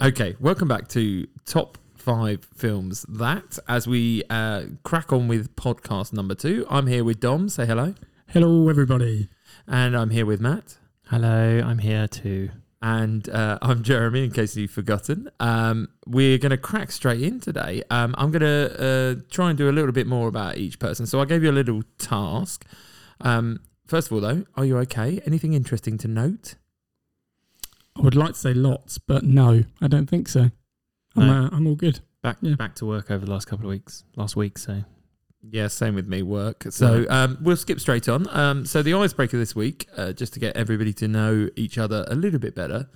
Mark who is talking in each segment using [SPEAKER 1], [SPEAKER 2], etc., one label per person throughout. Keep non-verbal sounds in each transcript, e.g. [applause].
[SPEAKER 1] Okay, welcome back to top five films that as we uh, crack on with podcast number two. I'm here with Dom. Say hello,
[SPEAKER 2] Hello, everybody.
[SPEAKER 1] and I'm here with Matt,
[SPEAKER 3] Hello, I'm here too.
[SPEAKER 1] and uh, I'm Jeremy. In case you've forgotten, um, we're going to crack straight in today. Um, I'm going to uh, try and do a little bit more about each person. So I gave you a little task. Um, first of all, though, are you okay? Anything interesting to note?
[SPEAKER 2] I would like to say lots, but no, I don't think so. I'm,
[SPEAKER 3] No.
[SPEAKER 2] uh, I'm all good.
[SPEAKER 3] Back
[SPEAKER 2] Yeah.
[SPEAKER 3] back to work over the last couple of weeks, last week. So
[SPEAKER 1] Yeah, same with me, work. So um, we'll skip straight on. Um, so the icebreaker this week, uh, just to get everybody to know each other a little bit better,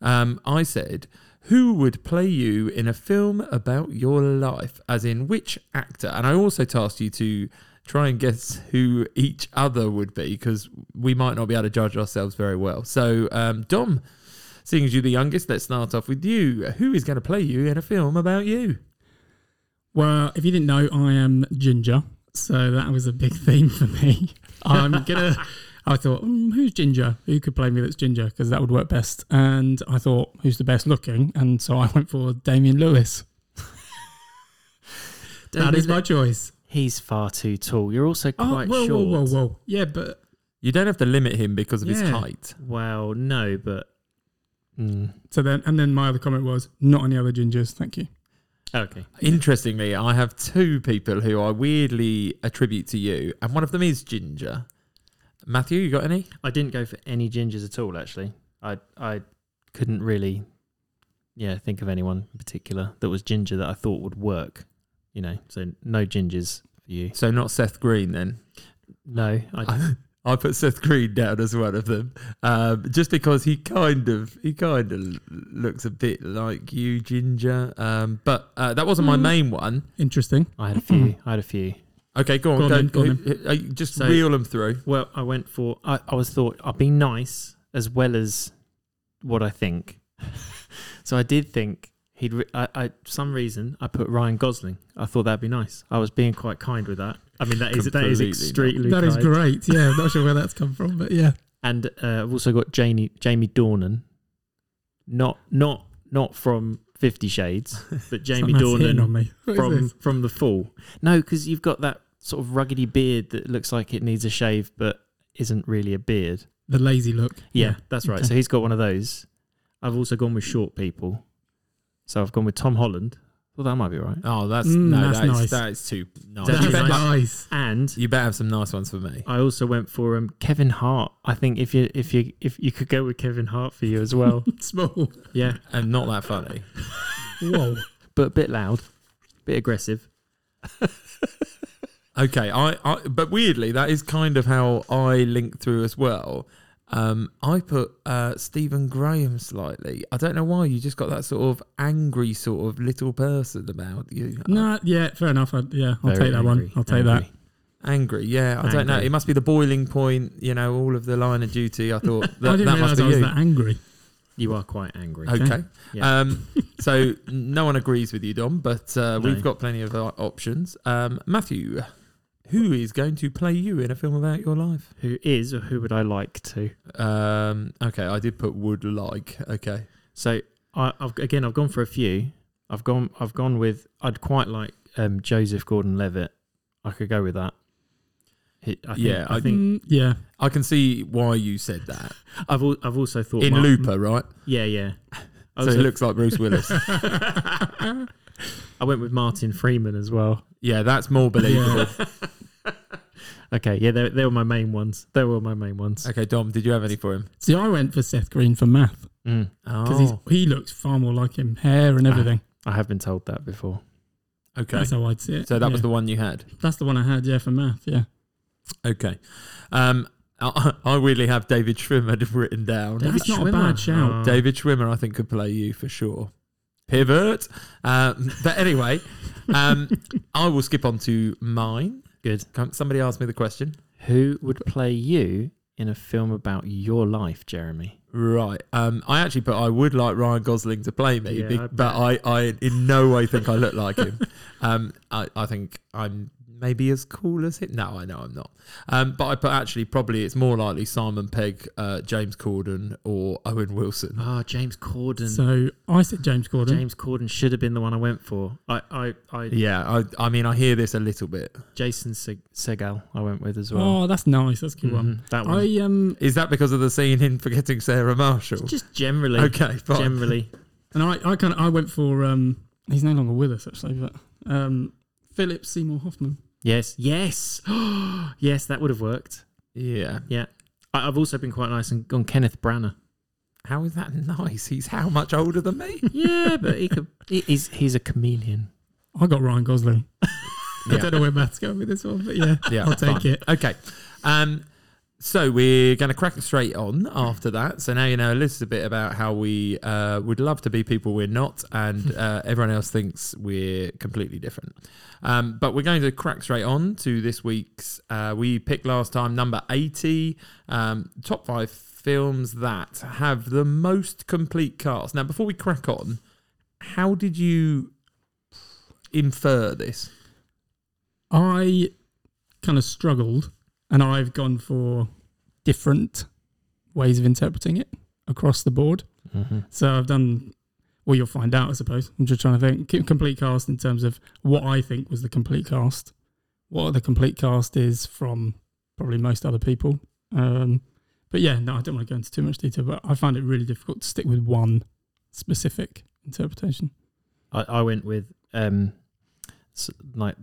[SPEAKER 1] um, I said, who would play you in a film about your life? As in, which actor? And I also tasked you to try and guess who each other would be because we might not be able to judge ourselves very well. So, um, Dom, seeing as you're the youngest, let's start off with you. Who is going to play you in a film about you?
[SPEAKER 2] Well, if you didn't know, I am Ginger, so that was a big [laughs] theme for me. I'm gonna. I thought, mm, who's Ginger? Who could play me that's Ginger? Because that would work best. And I thought, who's the best looking? And so I went for Damien Lewis. [laughs] that is my choice.
[SPEAKER 3] he's far too tall. You're also
[SPEAKER 2] Oh,
[SPEAKER 3] quite
[SPEAKER 2] whoa,
[SPEAKER 3] short.
[SPEAKER 2] whoa, whoa, whoa! Yeah, but
[SPEAKER 1] You don't have to limit him because of his
[SPEAKER 2] Yeah.
[SPEAKER 1] height.
[SPEAKER 3] Well, no, but mm,
[SPEAKER 2] so then, and then my other comment was, not any other gingers, thank you.
[SPEAKER 3] okay.
[SPEAKER 1] Interestingly, I have two people who I weirdly attribute to you, and one of them is Ginger. Matthew, you got any?
[SPEAKER 3] I didn't go for any gingers at all. Actually, I I couldn't really, yeah, think of anyone in particular that was ginger that I thought would work. You know, so no gingers for you.
[SPEAKER 1] So not Seth Green then.
[SPEAKER 3] No, I,
[SPEAKER 1] I, I put Seth Green down as one of them, um, just because he kind of he kind of looks a bit like you, Ginger. Um, but uh, that wasn't my
[SPEAKER 2] Hmm.
[SPEAKER 1] main one.
[SPEAKER 2] Interesting.
[SPEAKER 3] I had a few. I had a few.
[SPEAKER 1] Okay, go on,
[SPEAKER 2] Go on
[SPEAKER 1] go,
[SPEAKER 2] then, go on
[SPEAKER 1] who- who- uh, just
[SPEAKER 3] So-
[SPEAKER 1] reel them through.
[SPEAKER 3] Well, I went for. I, I was thought I'd be nice as well as what I think. [laughs] so I did think he'd. Re- I, I for some reason I put Ryan Gosling. I thought that'd be nice. I was being quite kind with that. I mean that is that is
[SPEAKER 1] Completely
[SPEAKER 3] extremely
[SPEAKER 2] That is
[SPEAKER 3] kind.
[SPEAKER 2] great. Yeah, I'm not sure where that's come from, but yeah.
[SPEAKER 3] And uh, I've also got Jamie Jamie Dornan. Not not not from
[SPEAKER 2] [laughs]
[SPEAKER 3] Fifty Shades, but Jamie
[SPEAKER 2] That man's hitting
[SPEAKER 3] Dornan
[SPEAKER 2] on me. What is
[SPEAKER 3] from
[SPEAKER 2] this?
[SPEAKER 3] from the fall. No, because you've got that sort of ruggedy beard that looks like it needs a shave, but isn't really a beard.
[SPEAKER 2] the lazy look.
[SPEAKER 3] Yeah, that's right.
[SPEAKER 2] Okay.
[SPEAKER 3] So he's got one of those. I've also gone with short people. So I've gone with Tom Holland. Well, that might be right.
[SPEAKER 1] Oh, that's
[SPEAKER 2] Mm,
[SPEAKER 1] no,
[SPEAKER 2] that's
[SPEAKER 1] that is-
[SPEAKER 2] nice.
[SPEAKER 1] that is too nice.
[SPEAKER 3] That's
[SPEAKER 1] You
[SPEAKER 2] That's
[SPEAKER 1] better-
[SPEAKER 2] nice. [laughs]
[SPEAKER 3] And
[SPEAKER 1] you better have some nice ones for me.
[SPEAKER 3] I also went for um, Kevin Hart. I think if you if you if you could go with Kevin Hart for you as
[SPEAKER 2] [laughs]
[SPEAKER 3] well.
[SPEAKER 2] Small.
[SPEAKER 3] yeah,
[SPEAKER 1] and not that funny.
[SPEAKER 2] Whoa.
[SPEAKER 3] but a bit loud, bit aggressive.
[SPEAKER 1] Okay, I, I but weirdly that is kind of how I link through as well. Um, I put uh, Stephen Graham slightly. I don't know why you just got that sort of angry sort of little person about you. Uh,
[SPEAKER 2] no, yeah, fair enough. I, yeah, I'll
[SPEAKER 3] Very
[SPEAKER 2] take that one.
[SPEAKER 3] angry,
[SPEAKER 2] I'll take
[SPEAKER 3] angry.
[SPEAKER 1] angry, yeah. I don't know.
[SPEAKER 3] Angry.
[SPEAKER 1] It must be the boiling point. You know, all of the line of duty. I thought
[SPEAKER 2] [laughs] that. I
[SPEAKER 1] that,
[SPEAKER 2] didn't
[SPEAKER 1] that must
[SPEAKER 2] realise
[SPEAKER 1] be
[SPEAKER 2] I was
[SPEAKER 1] you.
[SPEAKER 2] that angry.
[SPEAKER 3] You are quite angry.
[SPEAKER 1] Okay.
[SPEAKER 3] Yeah.
[SPEAKER 2] [laughs]
[SPEAKER 1] Um, so no one agrees with you, Dom, but uh,
[SPEAKER 3] No.
[SPEAKER 1] we've got plenty of uh, options. Um, Matthew, who is going to play you in a film about your life?
[SPEAKER 3] Who is or who would I like to?
[SPEAKER 1] Um. Okay, I did put would like. Okay.
[SPEAKER 3] So I, I've again I've gone for a few. I've gone I've gone with I'd quite like um, Joseph Gordon-Levitt. I could go with that. He- I think,
[SPEAKER 1] Yeah,
[SPEAKER 3] I,
[SPEAKER 1] I-
[SPEAKER 3] think
[SPEAKER 2] Mm, yeah.
[SPEAKER 1] I can see why you said that
[SPEAKER 3] I've al- I've also thought
[SPEAKER 1] in
[SPEAKER 3] Mark-
[SPEAKER 1] Looper, right?
[SPEAKER 3] Yeah, yeah. I,
[SPEAKER 1] Oh, So he
[SPEAKER 3] also-
[SPEAKER 1] looks like Bruce [laughs] Willis.
[SPEAKER 3] [laughs] I went with Martin Freeman as well.
[SPEAKER 1] yeah, that's more believable.
[SPEAKER 3] Okay, yeah, they, they were my main ones. They were my main ones.
[SPEAKER 1] okay, Dom, did you have any for him?
[SPEAKER 2] See, I went for Seth Green for math
[SPEAKER 3] Mm,
[SPEAKER 2] because
[SPEAKER 1] Oh,
[SPEAKER 2] he looks far more like him, hair and everything.
[SPEAKER 3] I have been told that before.
[SPEAKER 1] okay.
[SPEAKER 2] That's how I'd see it.
[SPEAKER 1] So that was
[SPEAKER 2] Yeah.
[SPEAKER 1] the one you had.
[SPEAKER 2] that's the one I had. Yeah, for math. Yeah.
[SPEAKER 1] Okay. Um, I, I weirdly have David Schwimmer [laughs] written down.
[SPEAKER 2] David That's not a
[SPEAKER 3] Schwimmer.
[SPEAKER 2] bad shout.
[SPEAKER 3] Oh.
[SPEAKER 1] David Schwimmer, I think, could play you for sure. Pivot. Um, but anyway, um, [laughs] I will skip on to mine.
[SPEAKER 3] Good.
[SPEAKER 1] Can somebody asked me the question.
[SPEAKER 3] Who would play you in a film about your life, Jeremy?
[SPEAKER 1] Right. Um, I actually put I would like Ryan Gosling to play me,
[SPEAKER 3] Yeah,
[SPEAKER 1] be-
[SPEAKER 3] I bet. [laughs]
[SPEAKER 1] but I, I in no way think I look like him. Um, I, I think I'm maybe as cool as him. No, I know I'm not. Um, but I put actually probably it's more likely Simon Pegg, uh, James Corden, or Owen Wilson.
[SPEAKER 3] Ah, James Corden.
[SPEAKER 2] So I said James Corden.
[SPEAKER 3] James Corden should have been the one I went for. I, I, I
[SPEAKER 1] Yeah, I, I mean I hear this a little bit.
[SPEAKER 3] Jason Seg- Segal I went with as well.
[SPEAKER 2] Oh, that's nice. That's a good one.
[SPEAKER 3] Mhm, that one.
[SPEAKER 2] I um
[SPEAKER 1] Is that because of the scene in Forgetting Sarah Marshall?
[SPEAKER 3] Just generally.
[SPEAKER 1] Okay, fine.
[SPEAKER 3] Generally.
[SPEAKER 2] [laughs] and I I kind of I went for um he's no longer with us actually, but um Philip Seymour Hoffman.
[SPEAKER 3] Yes. Yes. [gasps] yes, that would have worked.
[SPEAKER 1] Yeah.
[SPEAKER 3] I, I've also been quite nice and gone
[SPEAKER 2] [laughs]
[SPEAKER 3] Kenneth Branagh.
[SPEAKER 1] How is that nice? He's how much older than me?
[SPEAKER 3] Yeah, but he could. he- He's he's a chameleon.
[SPEAKER 2] I got Ryan Gosling. I
[SPEAKER 1] Yeah.
[SPEAKER 2] don't know where Matt's going with this one, but yeah,
[SPEAKER 1] Yeah,
[SPEAKER 2] I'll take
[SPEAKER 1] fine.
[SPEAKER 2] it.
[SPEAKER 1] Okay. Um, so we're going to crack straight on after that. So now you know a little bit about how we uh, would love to be people we're not,
[SPEAKER 3] [laughs]
[SPEAKER 1] and uh, everyone else thinks we're completely different. Um, but we're going to crack straight on to this week's. Uh, we picked last time number 80, um, top five films that have the most complete cast. Now, before we crack on, how did you infer this?
[SPEAKER 2] I kind of struggled, and I've gone for different ways of interpreting it across the board.
[SPEAKER 3] Mm-hmm.
[SPEAKER 2] So I've done. Well, you'll find out, I suppose. I'm just trying to think. c- Complete cast in terms of what I think was the complete cast, what the complete cast is from probably most other people. Um, but yeah, no, I don't want to go into too much detail, but I find it really difficult to stick with one specific interpretation.
[SPEAKER 3] I, I went with um, s like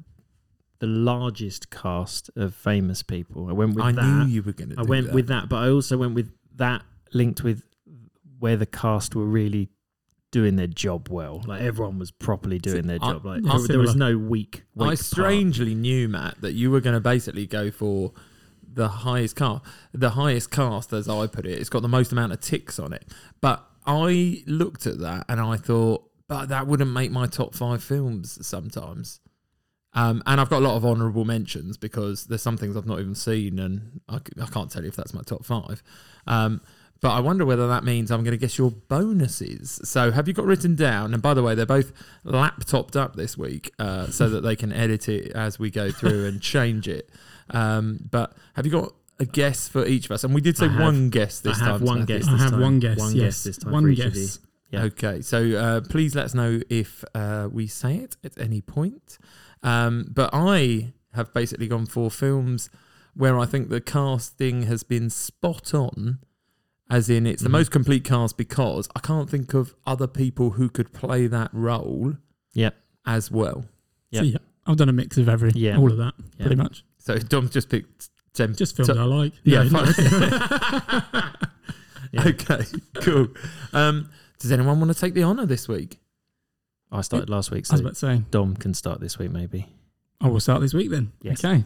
[SPEAKER 3] the largest cast of famous people. I went with
[SPEAKER 1] I
[SPEAKER 3] that.
[SPEAKER 1] knew you were going to.
[SPEAKER 3] I went with that, but I also went with that linked with where the cast were really doing their job well. Like everyone was properly doing their
[SPEAKER 1] I-
[SPEAKER 3] job. Like
[SPEAKER 2] I-
[SPEAKER 3] there was no weak. weak
[SPEAKER 1] I strangely knew Matt that you were going to basically go for the highest cast, the highest cast as I put it. It's got the most amount of ticks on it. But I looked at that and I thought, but that wouldn't make my top five films sometimes. Um, and I've got a lot of honourable mentions because there's some things I've not even seen, and I, c- I can't tell you if that's my top five. Um, but I wonder whether that means I'm going to guess your bonuses. So have you got written down? And by the way, they're both laptopped up this week uh, so that they can edit it as we go through
[SPEAKER 3] [laughs]
[SPEAKER 1] and change it. Um, but have you got a guess for each of us? And we did say
[SPEAKER 3] I have.
[SPEAKER 1] one guess
[SPEAKER 3] I
[SPEAKER 1] this time.
[SPEAKER 3] have one
[SPEAKER 1] Matthew.
[SPEAKER 3] guess.
[SPEAKER 2] I
[SPEAKER 3] this
[SPEAKER 2] have
[SPEAKER 3] time.
[SPEAKER 2] one guess.
[SPEAKER 3] One
[SPEAKER 2] yes.
[SPEAKER 3] guess this time
[SPEAKER 2] One
[SPEAKER 3] for each of
[SPEAKER 2] guess.
[SPEAKER 3] you. Yeah.
[SPEAKER 1] Okay, so uh, please let us know if uh, we say it at any point. Um, but I have basically gone for films where I think the casting has been spot on, as in it's the
[SPEAKER 2] Mm-hmm.
[SPEAKER 3] Mhm.
[SPEAKER 1] most complete cast because I can't think of other people who could play that role.
[SPEAKER 3] Yep.
[SPEAKER 1] As well.
[SPEAKER 2] So
[SPEAKER 3] Yeah.
[SPEAKER 2] yeah, I've done a mix of every,
[SPEAKER 3] Yeah.
[SPEAKER 2] all of that,
[SPEAKER 3] Yeah.
[SPEAKER 2] pretty much.
[SPEAKER 1] So [laughs] Dom just picked Jem.
[SPEAKER 2] Just films
[SPEAKER 1] So-
[SPEAKER 2] [laughs] I like.
[SPEAKER 1] yeah.
[SPEAKER 2] No, no. [laughs]
[SPEAKER 1] fine. [laughs]
[SPEAKER 3] Yeah.
[SPEAKER 1] Okay. Cool. Um, does anyone want to take the honour this week?
[SPEAKER 3] I started last week,
[SPEAKER 2] I was
[SPEAKER 3] so
[SPEAKER 2] about to say,
[SPEAKER 3] Dom can start this week maybe.
[SPEAKER 2] I will start this week then.
[SPEAKER 3] Yes.
[SPEAKER 2] Okay.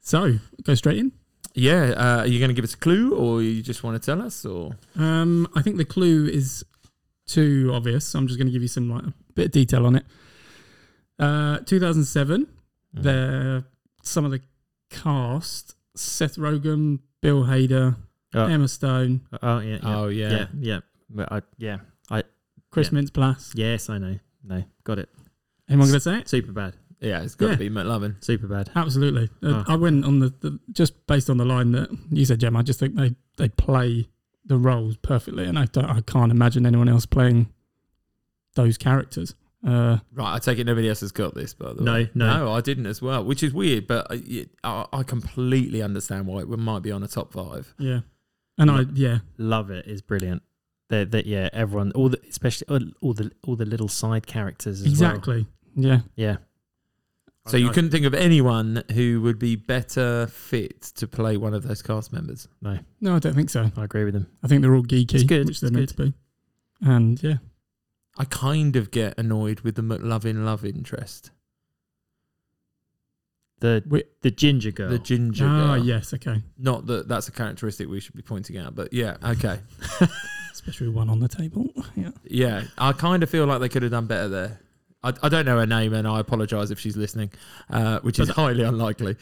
[SPEAKER 2] So go straight in.
[SPEAKER 1] Yeah. Uh, are you going to give us a clue, or you just want to tell us, or?
[SPEAKER 2] Um, I think the clue is too obvious. So I'm just going to give you some like a bit of detail on it. Uh, 2007.
[SPEAKER 3] Mm.
[SPEAKER 2] There, some of the cast: Seth Rogen, Bill Hader,
[SPEAKER 3] Oh.
[SPEAKER 2] Emma Stone,
[SPEAKER 3] Oh yeah. yeah.
[SPEAKER 1] Oh yeah.
[SPEAKER 3] yeah. Yeah. But I, yeah.
[SPEAKER 2] Chris
[SPEAKER 3] Yeah.
[SPEAKER 2] Mintz-Plasse.
[SPEAKER 3] Yes, I know. No, got it.
[SPEAKER 2] Anyone going to say it?
[SPEAKER 3] Super bad.
[SPEAKER 1] Yeah, it's got to
[SPEAKER 2] Yeah.
[SPEAKER 1] be McLovin.
[SPEAKER 3] Super bad.
[SPEAKER 2] Absolutely. Uh,
[SPEAKER 3] Oh.
[SPEAKER 2] I went on the, the just based on the line that you said, Gem. I just think they they play the roles perfectly, and I don't, I can't imagine anyone else playing those characters. Uh,
[SPEAKER 1] Right, I take it nobody else has got this, by the
[SPEAKER 3] No,
[SPEAKER 1] way.
[SPEAKER 3] no.
[SPEAKER 1] I didn't as well, which is weird, but I, I I completely understand why it might be on a top five.
[SPEAKER 2] yeah, and I yeah
[SPEAKER 3] love it is brilliant. That that yeah, everyone all the especially all, all the all the little side characters as well.
[SPEAKER 2] exactly yeah.
[SPEAKER 3] Yeah.
[SPEAKER 1] So you couldn't think of anyone who would be better fit to play one of those cast members.
[SPEAKER 2] No, I don't think so.
[SPEAKER 3] I agree with him.
[SPEAKER 2] I think they're all geeky,
[SPEAKER 3] It's good,
[SPEAKER 2] which they're
[SPEAKER 3] it's
[SPEAKER 2] meant to be. And yeah,
[SPEAKER 1] I kind of get annoyed with the McLovin love interest,
[SPEAKER 3] The
[SPEAKER 2] we,
[SPEAKER 3] the ginger girl.
[SPEAKER 1] the ginger
[SPEAKER 2] ah
[SPEAKER 1] girl.
[SPEAKER 2] yes, okay.
[SPEAKER 1] Not that that's a characteristic we should be pointing out, but yeah, okay,
[SPEAKER 2] Especially one on the table. Yeah,
[SPEAKER 1] yeah. I kind of feel like they could have done better there. I, I don't know her name, and I apologise if she's listening, uh, which is [laughs]
[SPEAKER 2] But-
[SPEAKER 1] highly unlikely.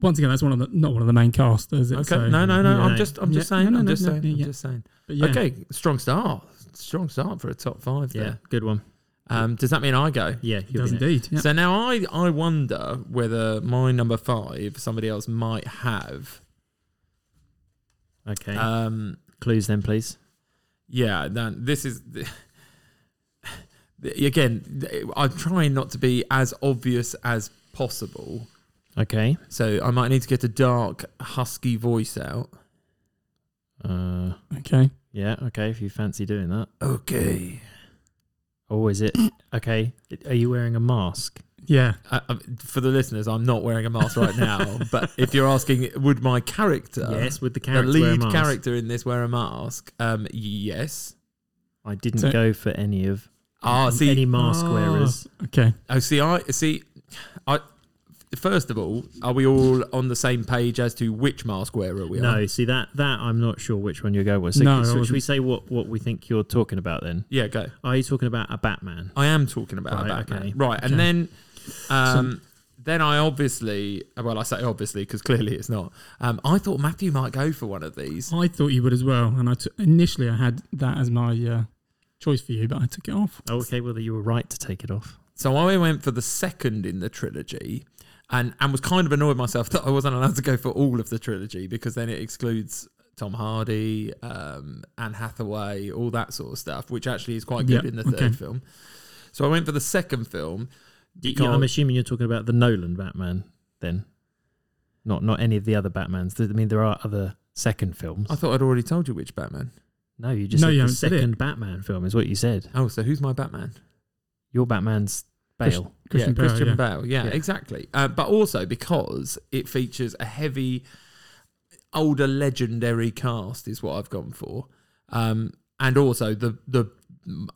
[SPEAKER 2] once again, that's one of the not one of the main cast, is it?
[SPEAKER 1] Okay.
[SPEAKER 2] So,
[SPEAKER 1] no, no, no.
[SPEAKER 3] yeah.
[SPEAKER 1] I'm just, I'm just
[SPEAKER 2] Yeah,
[SPEAKER 1] saying.
[SPEAKER 2] no, no,
[SPEAKER 1] I'm
[SPEAKER 2] no,
[SPEAKER 1] just
[SPEAKER 2] no,
[SPEAKER 1] saying.
[SPEAKER 2] yeah,
[SPEAKER 1] I'm
[SPEAKER 2] yeah.
[SPEAKER 1] just saying.
[SPEAKER 2] But yeah,
[SPEAKER 1] Okay. Strong start. Strong start for a top five.
[SPEAKER 3] yeah,
[SPEAKER 1] There.
[SPEAKER 3] good one.
[SPEAKER 1] Um, does that mean I go?
[SPEAKER 3] Yeah,
[SPEAKER 2] He
[SPEAKER 3] you'll
[SPEAKER 2] does
[SPEAKER 3] be next.
[SPEAKER 2] indeed. Yeah.
[SPEAKER 1] So now I, I wonder whether my number five somebody else might have.
[SPEAKER 3] Okay.
[SPEAKER 2] Uh,
[SPEAKER 1] Um,
[SPEAKER 3] Clues then, please.
[SPEAKER 1] yeah, then this is [laughs] again. I'm trying not to be as obvious as possible,
[SPEAKER 3] Okay.
[SPEAKER 1] so I might need to get a dark, husky voice out.
[SPEAKER 3] Uh,
[SPEAKER 2] Okay.
[SPEAKER 3] yeah. Okay. If you fancy doing that.
[SPEAKER 1] Okay.
[SPEAKER 3] Oh, is it? [coughs] Okay. Are you wearing a mask?
[SPEAKER 2] Yeah.
[SPEAKER 1] Uh, uh, for the listeners, I'm not wearing a mask right
[SPEAKER 3] [laughs]
[SPEAKER 1] now, but if you're asking, would my
[SPEAKER 2] Uh,
[SPEAKER 1] character,
[SPEAKER 3] yes. Would the
[SPEAKER 1] the
[SPEAKER 3] character wear a
[SPEAKER 1] lead
[SPEAKER 3] mask?
[SPEAKER 1] character in this, wear a mask? Um, yes.
[SPEAKER 3] I didn't
[SPEAKER 2] So-
[SPEAKER 3] go for any of
[SPEAKER 1] Ah, see,
[SPEAKER 3] any mask
[SPEAKER 2] Ah.
[SPEAKER 3] wearers.
[SPEAKER 2] Okay.
[SPEAKER 1] Oh, see, I see. I first of all, are we all on the same page as to which mask wearer we are?
[SPEAKER 3] No, see that that I'm not sure which one you go with. So,
[SPEAKER 2] No, I
[SPEAKER 3] so should we
[SPEAKER 2] wasn't.
[SPEAKER 3] say what what we think you're talking about then?
[SPEAKER 1] Yeah, go.
[SPEAKER 3] Are you talking about a Batman?
[SPEAKER 1] I am talking about
[SPEAKER 3] Right,
[SPEAKER 1] right, Batman,
[SPEAKER 3] okay.
[SPEAKER 1] right?
[SPEAKER 3] Okay.
[SPEAKER 1] And then, um, then I obviously, well, I say obviously because clearly it's not. Um, I thought Matthew might go for one of these.
[SPEAKER 2] I thought you would as well, and I t- initially I had that as my uh, choice for you, but I took it off.
[SPEAKER 3] Oh, okay, well you were right to take it off.
[SPEAKER 1] So I went for the second in the trilogy. And, and was kind of annoyed with myself [laughs] that I wasn't allowed to go for all of the trilogy because then it excludes Tom Hardy, um, Anne Hathaway, all that sort of stuff, which actually is quite good
[SPEAKER 2] Yeah,
[SPEAKER 1] in the
[SPEAKER 2] okay.
[SPEAKER 1] third film. So I went for the second film.
[SPEAKER 3] Y-
[SPEAKER 1] Because-
[SPEAKER 3] I'm assuming you're talking about the Nolan Batman then, not not any of the other Batmans. Th- I mean, there are other second films.
[SPEAKER 1] I thought I'd already told you which Batman.
[SPEAKER 3] no, you just
[SPEAKER 2] No,
[SPEAKER 3] said
[SPEAKER 2] you
[SPEAKER 3] the
[SPEAKER 2] haven't said it.
[SPEAKER 3] second Batman film is what you said.
[SPEAKER 1] Oh, so who's my Batman?
[SPEAKER 3] Your Batman's
[SPEAKER 2] Christ-
[SPEAKER 3] Bale.
[SPEAKER 2] Christian
[SPEAKER 1] yeah,
[SPEAKER 2] Bale,
[SPEAKER 1] Christian
[SPEAKER 2] yeah.
[SPEAKER 1] Bale. Yeah,
[SPEAKER 3] Yeah.
[SPEAKER 1] exactly. Uh, but also because it features a heavy, older legendary cast is what I've gone for, um, and also the the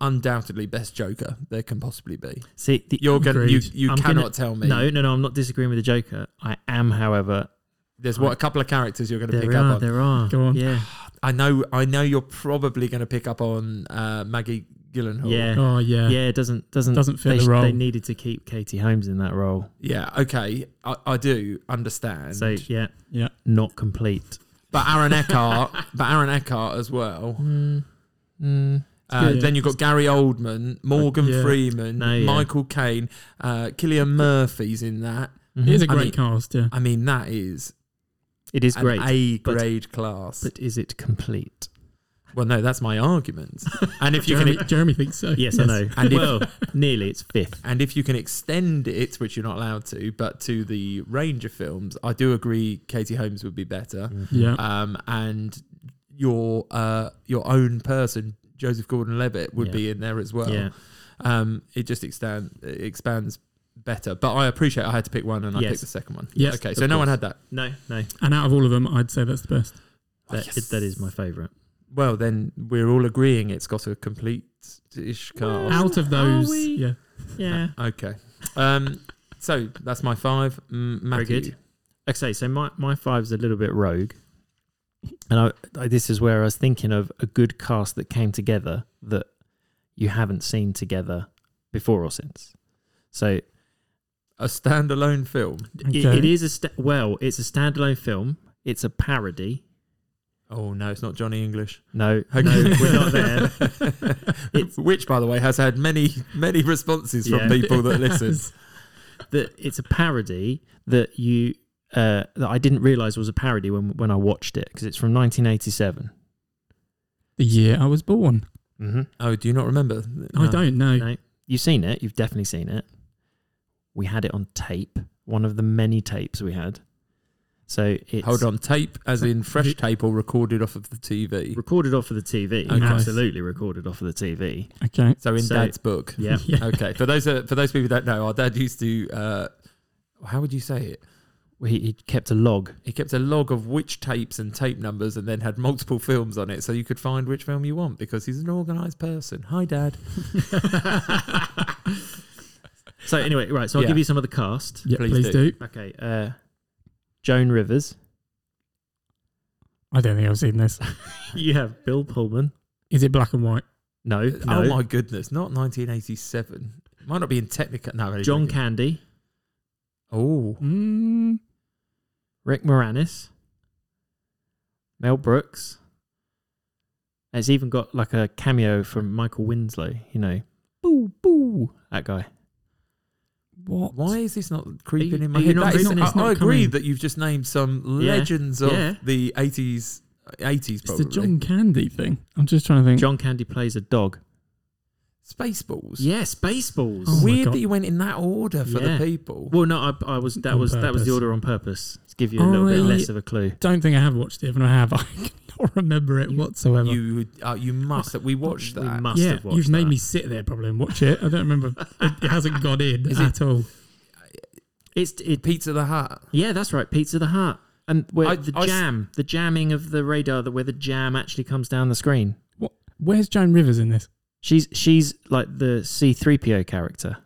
[SPEAKER 1] undoubtedly best Joker there can possibly be.
[SPEAKER 3] See, the,
[SPEAKER 1] You're gonna you,
[SPEAKER 2] Agreed.
[SPEAKER 1] you
[SPEAKER 3] I'm
[SPEAKER 1] cannot
[SPEAKER 3] gonna-
[SPEAKER 1] tell me.
[SPEAKER 3] no, no, no. I'm not disagreeing with the Joker. I am, however,
[SPEAKER 1] There's what a couple of characters you're going to
[SPEAKER 3] there
[SPEAKER 1] pick
[SPEAKER 3] are
[SPEAKER 1] up on.
[SPEAKER 3] there are.
[SPEAKER 2] Go on.
[SPEAKER 3] Yeah,
[SPEAKER 1] I know I know you're probably going to pick up on uh, Maggie Gyllenhaal.
[SPEAKER 3] yeah,
[SPEAKER 2] Oh yeah.
[SPEAKER 3] yeah. It doesn't doesn't
[SPEAKER 2] Doesn't fit
[SPEAKER 3] they,
[SPEAKER 2] the
[SPEAKER 3] sh-
[SPEAKER 2] role.
[SPEAKER 3] They needed to keep Katie Holmes in that role.
[SPEAKER 1] Yeah, okay, I, I do understand.
[SPEAKER 3] So yeah,
[SPEAKER 2] Yeah.
[SPEAKER 3] not complete.
[SPEAKER 1] But Aaron Eckhart, but Aaron Eckhart as well.
[SPEAKER 2] Mm.
[SPEAKER 3] Mm-hmm.
[SPEAKER 1] Uh,
[SPEAKER 2] good.
[SPEAKER 1] Then you've got Gary Oldman, Morgan
[SPEAKER 2] Yeah.
[SPEAKER 1] Freeman,
[SPEAKER 3] No, yeah.
[SPEAKER 1] Michael Caine, uh, Killian Murphy's in that.
[SPEAKER 2] It is a
[SPEAKER 1] I
[SPEAKER 2] great
[SPEAKER 1] mean-
[SPEAKER 2] cast. Yeah.
[SPEAKER 1] I mean, that is
[SPEAKER 3] It is
[SPEAKER 1] an
[SPEAKER 3] great,
[SPEAKER 1] A
[SPEAKER 3] but-
[SPEAKER 1] grade class.
[SPEAKER 3] but is it complete?
[SPEAKER 1] well, no, that's my
[SPEAKER 3] [laughs]
[SPEAKER 1] argument. and if you
[SPEAKER 2] Jeremy,
[SPEAKER 1] can,
[SPEAKER 2] Jeremy thinks so.
[SPEAKER 3] Yes, I know.
[SPEAKER 1] And if-
[SPEAKER 3] well, nearly. It's fifth.
[SPEAKER 1] and if you can extend it, which you're not allowed to, but to the range of films, I do agree Katie Holmes would be better.
[SPEAKER 2] Yeah.
[SPEAKER 1] Um, and your uh, your own person, Joseph Gordon-Levitt, would
[SPEAKER 3] Yeah.
[SPEAKER 1] be in there as well.
[SPEAKER 3] yeah.
[SPEAKER 1] Um, it just extend, it expands better. But I appreciate I had to pick one and I
[SPEAKER 3] Yes.
[SPEAKER 1] picked the second one.
[SPEAKER 2] Yes,
[SPEAKER 1] Okay,
[SPEAKER 3] of
[SPEAKER 1] so no one
[SPEAKER 3] course.
[SPEAKER 1] had that.
[SPEAKER 3] No, no.
[SPEAKER 2] And out of all of them, I'd say that's the best.
[SPEAKER 3] That,
[SPEAKER 1] Oh, Yes.
[SPEAKER 3] that is my favourite.
[SPEAKER 1] Well, then we're all agreeing it's got a complete ish cast.
[SPEAKER 2] out of
[SPEAKER 3] are
[SPEAKER 2] those,
[SPEAKER 3] we-
[SPEAKER 2] yeah.
[SPEAKER 3] Yeah.
[SPEAKER 1] Okay. Um, so that's my five. Mm,
[SPEAKER 3] Very
[SPEAKER 1] Matthew.
[SPEAKER 3] good. uh, Okay, so my, my five's a little bit rogue. And I, I, this is where I was thinking of a good cast that came together that you haven't seen together before or since. So
[SPEAKER 1] A standalone film.
[SPEAKER 3] it,
[SPEAKER 2] Okay.
[SPEAKER 3] it is a sta- well, it's a standalone film. It's a parody.
[SPEAKER 1] Oh no, it's not Johnny English.
[SPEAKER 3] No, no, we're
[SPEAKER 1] [laughs]
[SPEAKER 3] not there. It's-
[SPEAKER 1] Which, by the way, has had many many responses from
[SPEAKER 3] Yeah.
[SPEAKER 1] people that
[SPEAKER 3] [laughs]
[SPEAKER 1] listen.
[SPEAKER 3] that it's a parody that you uh, that I didn't realize was a parody when when I watched it because it's from 1987.
[SPEAKER 2] The year I was born.
[SPEAKER 3] Mm-hmm.
[SPEAKER 1] Oh, do you not remember?
[SPEAKER 2] I
[SPEAKER 1] No.
[SPEAKER 2] don't know.
[SPEAKER 3] No, you've seen it. You've definitely seen it. We had it on tape, one of the many tapes we had. So it's
[SPEAKER 1] Hold on, tape as in
[SPEAKER 3] [laughs]
[SPEAKER 1] fresh tape or recorded off of the TV.
[SPEAKER 3] recorded off of the TV.
[SPEAKER 1] Okay.
[SPEAKER 3] Absolutely recorded off of the
[SPEAKER 1] [laughs]
[SPEAKER 3] TV.
[SPEAKER 2] Okay.
[SPEAKER 1] So in
[SPEAKER 3] So-
[SPEAKER 1] Dad's book.
[SPEAKER 3] Yeah.
[SPEAKER 2] Yeah.
[SPEAKER 1] okay. For those uh, for those people who don't know, our dad used to. Uh, how would you say it?
[SPEAKER 3] He, he kept
[SPEAKER 1] [laughs]
[SPEAKER 3] a log.
[SPEAKER 1] He kept a log of which tapes and tape numbers, and then had multiple films on it, so you could find which film you want because he's an organised person. Hi, Dad.
[SPEAKER 3] So anyway, right. So I'll
[SPEAKER 1] Yeah.
[SPEAKER 3] give you some of the cast.
[SPEAKER 2] Yeah,
[SPEAKER 1] Please
[SPEAKER 2] please,
[SPEAKER 1] do.
[SPEAKER 2] do.
[SPEAKER 3] Okay. Uh, Joan Rivers.
[SPEAKER 2] I don't think I've seen this.
[SPEAKER 3] You have Bill Pullman.
[SPEAKER 2] Is it black and white?
[SPEAKER 3] No, no.
[SPEAKER 1] Oh my goodness, not 1987. Might not be in Technica. No, really
[SPEAKER 3] John
[SPEAKER 1] joking.
[SPEAKER 3] Candy,
[SPEAKER 1] Oh,
[SPEAKER 2] Mm,
[SPEAKER 3] Rick Moranis, Mel Brooks. It's even got like a cameo from Michael Winslow, you know. Boo, boo, ooh, that guy.
[SPEAKER 2] What?
[SPEAKER 1] Why is this not creeping
[SPEAKER 3] Are you-
[SPEAKER 1] in my
[SPEAKER 3] are you
[SPEAKER 1] head?
[SPEAKER 3] not
[SPEAKER 1] That is-
[SPEAKER 2] reading- it's
[SPEAKER 1] I,
[SPEAKER 2] not
[SPEAKER 1] I agree
[SPEAKER 2] coming.
[SPEAKER 1] that you've just named some
[SPEAKER 3] Yeah.
[SPEAKER 1] legends of
[SPEAKER 3] Yeah.
[SPEAKER 1] the 80s, 80s
[SPEAKER 2] It's
[SPEAKER 1] probably.
[SPEAKER 2] the John Candy thing. I'm just trying to think.
[SPEAKER 3] John Candy plays a dog.
[SPEAKER 1] Spaceballs.
[SPEAKER 3] Yes, Baseballs.
[SPEAKER 2] Oh my
[SPEAKER 1] Weird
[SPEAKER 2] God.
[SPEAKER 1] that you went in that order for
[SPEAKER 3] Yeah.
[SPEAKER 1] the people.
[SPEAKER 3] Well, no, I, I was that
[SPEAKER 2] On
[SPEAKER 3] was that was the
[SPEAKER 2] purpose.
[SPEAKER 3] order on purpose Oh, to give you a little bit
[SPEAKER 2] I-
[SPEAKER 3] less of a clue.
[SPEAKER 2] Don't think I have watched it. If I have, [laughs] I cannot remember it whatsoever.
[SPEAKER 1] You uh, you must have. We watched
[SPEAKER 3] We
[SPEAKER 1] that.
[SPEAKER 3] must
[SPEAKER 2] yeah,
[SPEAKER 3] have watched
[SPEAKER 2] you've made
[SPEAKER 3] that.
[SPEAKER 2] me sit there probably and watch it. I don't
[SPEAKER 3] [laughs]
[SPEAKER 2] remember. it, it hasn't got in
[SPEAKER 1] Is it-
[SPEAKER 2] at all.
[SPEAKER 3] It's it.
[SPEAKER 1] Pizza the Hut.
[SPEAKER 3] Yeah, that's right. Pizza the Hut. And where
[SPEAKER 1] I-
[SPEAKER 3] the
[SPEAKER 1] I s-
[SPEAKER 3] jam, the jamming of the radar, the, where the jam actually comes down the screen.
[SPEAKER 2] Where's Joan Rivers in this?
[SPEAKER 3] She's she's like the C three PO character.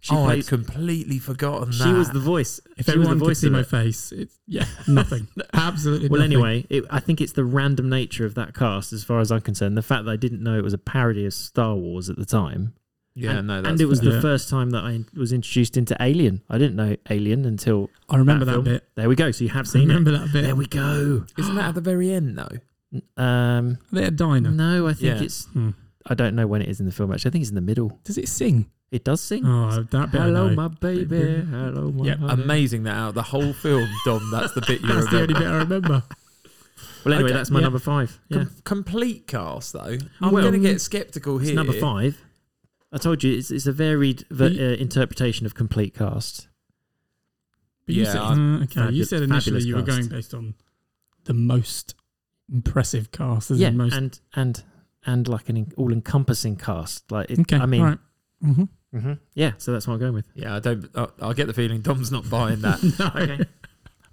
[SPEAKER 3] She
[SPEAKER 1] oh, I'd
[SPEAKER 3] plays.
[SPEAKER 1] completely forgotten that.
[SPEAKER 3] She was the voice.
[SPEAKER 2] If
[SPEAKER 3] she was the
[SPEAKER 2] everyone could
[SPEAKER 3] voice
[SPEAKER 2] see
[SPEAKER 3] of
[SPEAKER 2] my
[SPEAKER 3] it.
[SPEAKER 2] face, it's
[SPEAKER 3] [laughs]
[SPEAKER 2] yeah, nothing. Absolutely.
[SPEAKER 3] Well,
[SPEAKER 2] nothing.
[SPEAKER 3] anyway, it, I think it's the random nature of that cast, as far as I'm concerned. The fact that I didn't know it was a parody of Star Wars at the time,
[SPEAKER 1] yeah, no, that's
[SPEAKER 3] and it was
[SPEAKER 1] fair.
[SPEAKER 3] the
[SPEAKER 2] fair.
[SPEAKER 3] first time that I was introduced into Alien. I didn't know Alien until
[SPEAKER 2] I remember that,
[SPEAKER 3] film.
[SPEAKER 2] bit.
[SPEAKER 3] There we go. So you have
[SPEAKER 2] I
[SPEAKER 3] seen
[SPEAKER 2] [laughs]
[SPEAKER 3] it.
[SPEAKER 2] remember that bit.
[SPEAKER 3] There we go.
[SPEAKER 1] Isn't that at the very end though?
[SPEAKER 3] Um,
[SPEAKER 2] They're a diner.
[SPEAKER 3] no, I think
[SPEAKER 1] Yeah.
[SPEAKER 3] it's.
[SPEAKER 2] Hmm.
[SPEAKER 3] I don't know when it is in the film. Actually, I think it's in the middle.
[SPEAKER 2] Does it sing?
[SPEAKER 3] It does sing.
[SPEAKER 2] Oh, that bit. I
[SPEAKER 3] Hello,
[SPEAKER 2] know.
[SPEAKER 3] my baby. Hello, my.
[SPEAKER 2] Yeah,
[SPEAKER 3] honey.
[SPEAKER 1] Amazing that out of the whole film, Dom. That's the bit you
[SPEAKER 2] That's
[SPEAKER 1] remember.
[SPEAKER 2] the only bit I remember.
[SPEAKER 3] [laughs] Well, anyway,
[SPEAKER 1] Okay,
[SPEAKER 3] that's my
[SPEAKER 1] yeah.
[SPEAKER 3] number five. Yeah,
[SPEAKER 1] Com- complete cast though. I'm
[SPEAKER 3] Well,
[SPEAKER 1] going to get sceptical
[SPEAKER 3] it's
[SPEAKER 1] here.
[SPEAKER 3] number five. I told you it's, it's a varied ver-
[SPEAKER 2] You-
[SPEAKER 3] uh, interpretation of complete cast.
[SPEAKER 2] But you
[SPEAKER 1] Yeah,
[SPEAKER 2] said,
[SPEAKER 1] I-
[SPEAKER 2] uh, okay. you
[SPEAKER 3] fabulous-
[SPEAKER 2] said initially
[SPEAKER 3] fabulous
[SPEAKER 2] you were
[SPEAKER 3] cast.
[SPEAKER 2] going based on the most impressive cast. as
[SPEAKER 3] yeah,
[SPEAKER 2] in most.
[SPEAKER 3] and and and like an en- all-encompassing cast. Like, it,
[SPEAKER 2] okay.
[SPEAKER 3] I mean,
[SPEAKER 2] all right.
[SPEAKER 3] [laughs]
[SPEAKER 2] Mhm.
[SPEAKER 3] mhm. yeah. So that's what I'm going with.
[SPEAKER 1] Yeah, I don't. I, I get the feeling Dom's not buying
[SPEAKER 2] [laughs]
[SPEAKER 1] that.
[SPEAKER 2] no,
[SPEAKER 3] Okay. [laughs]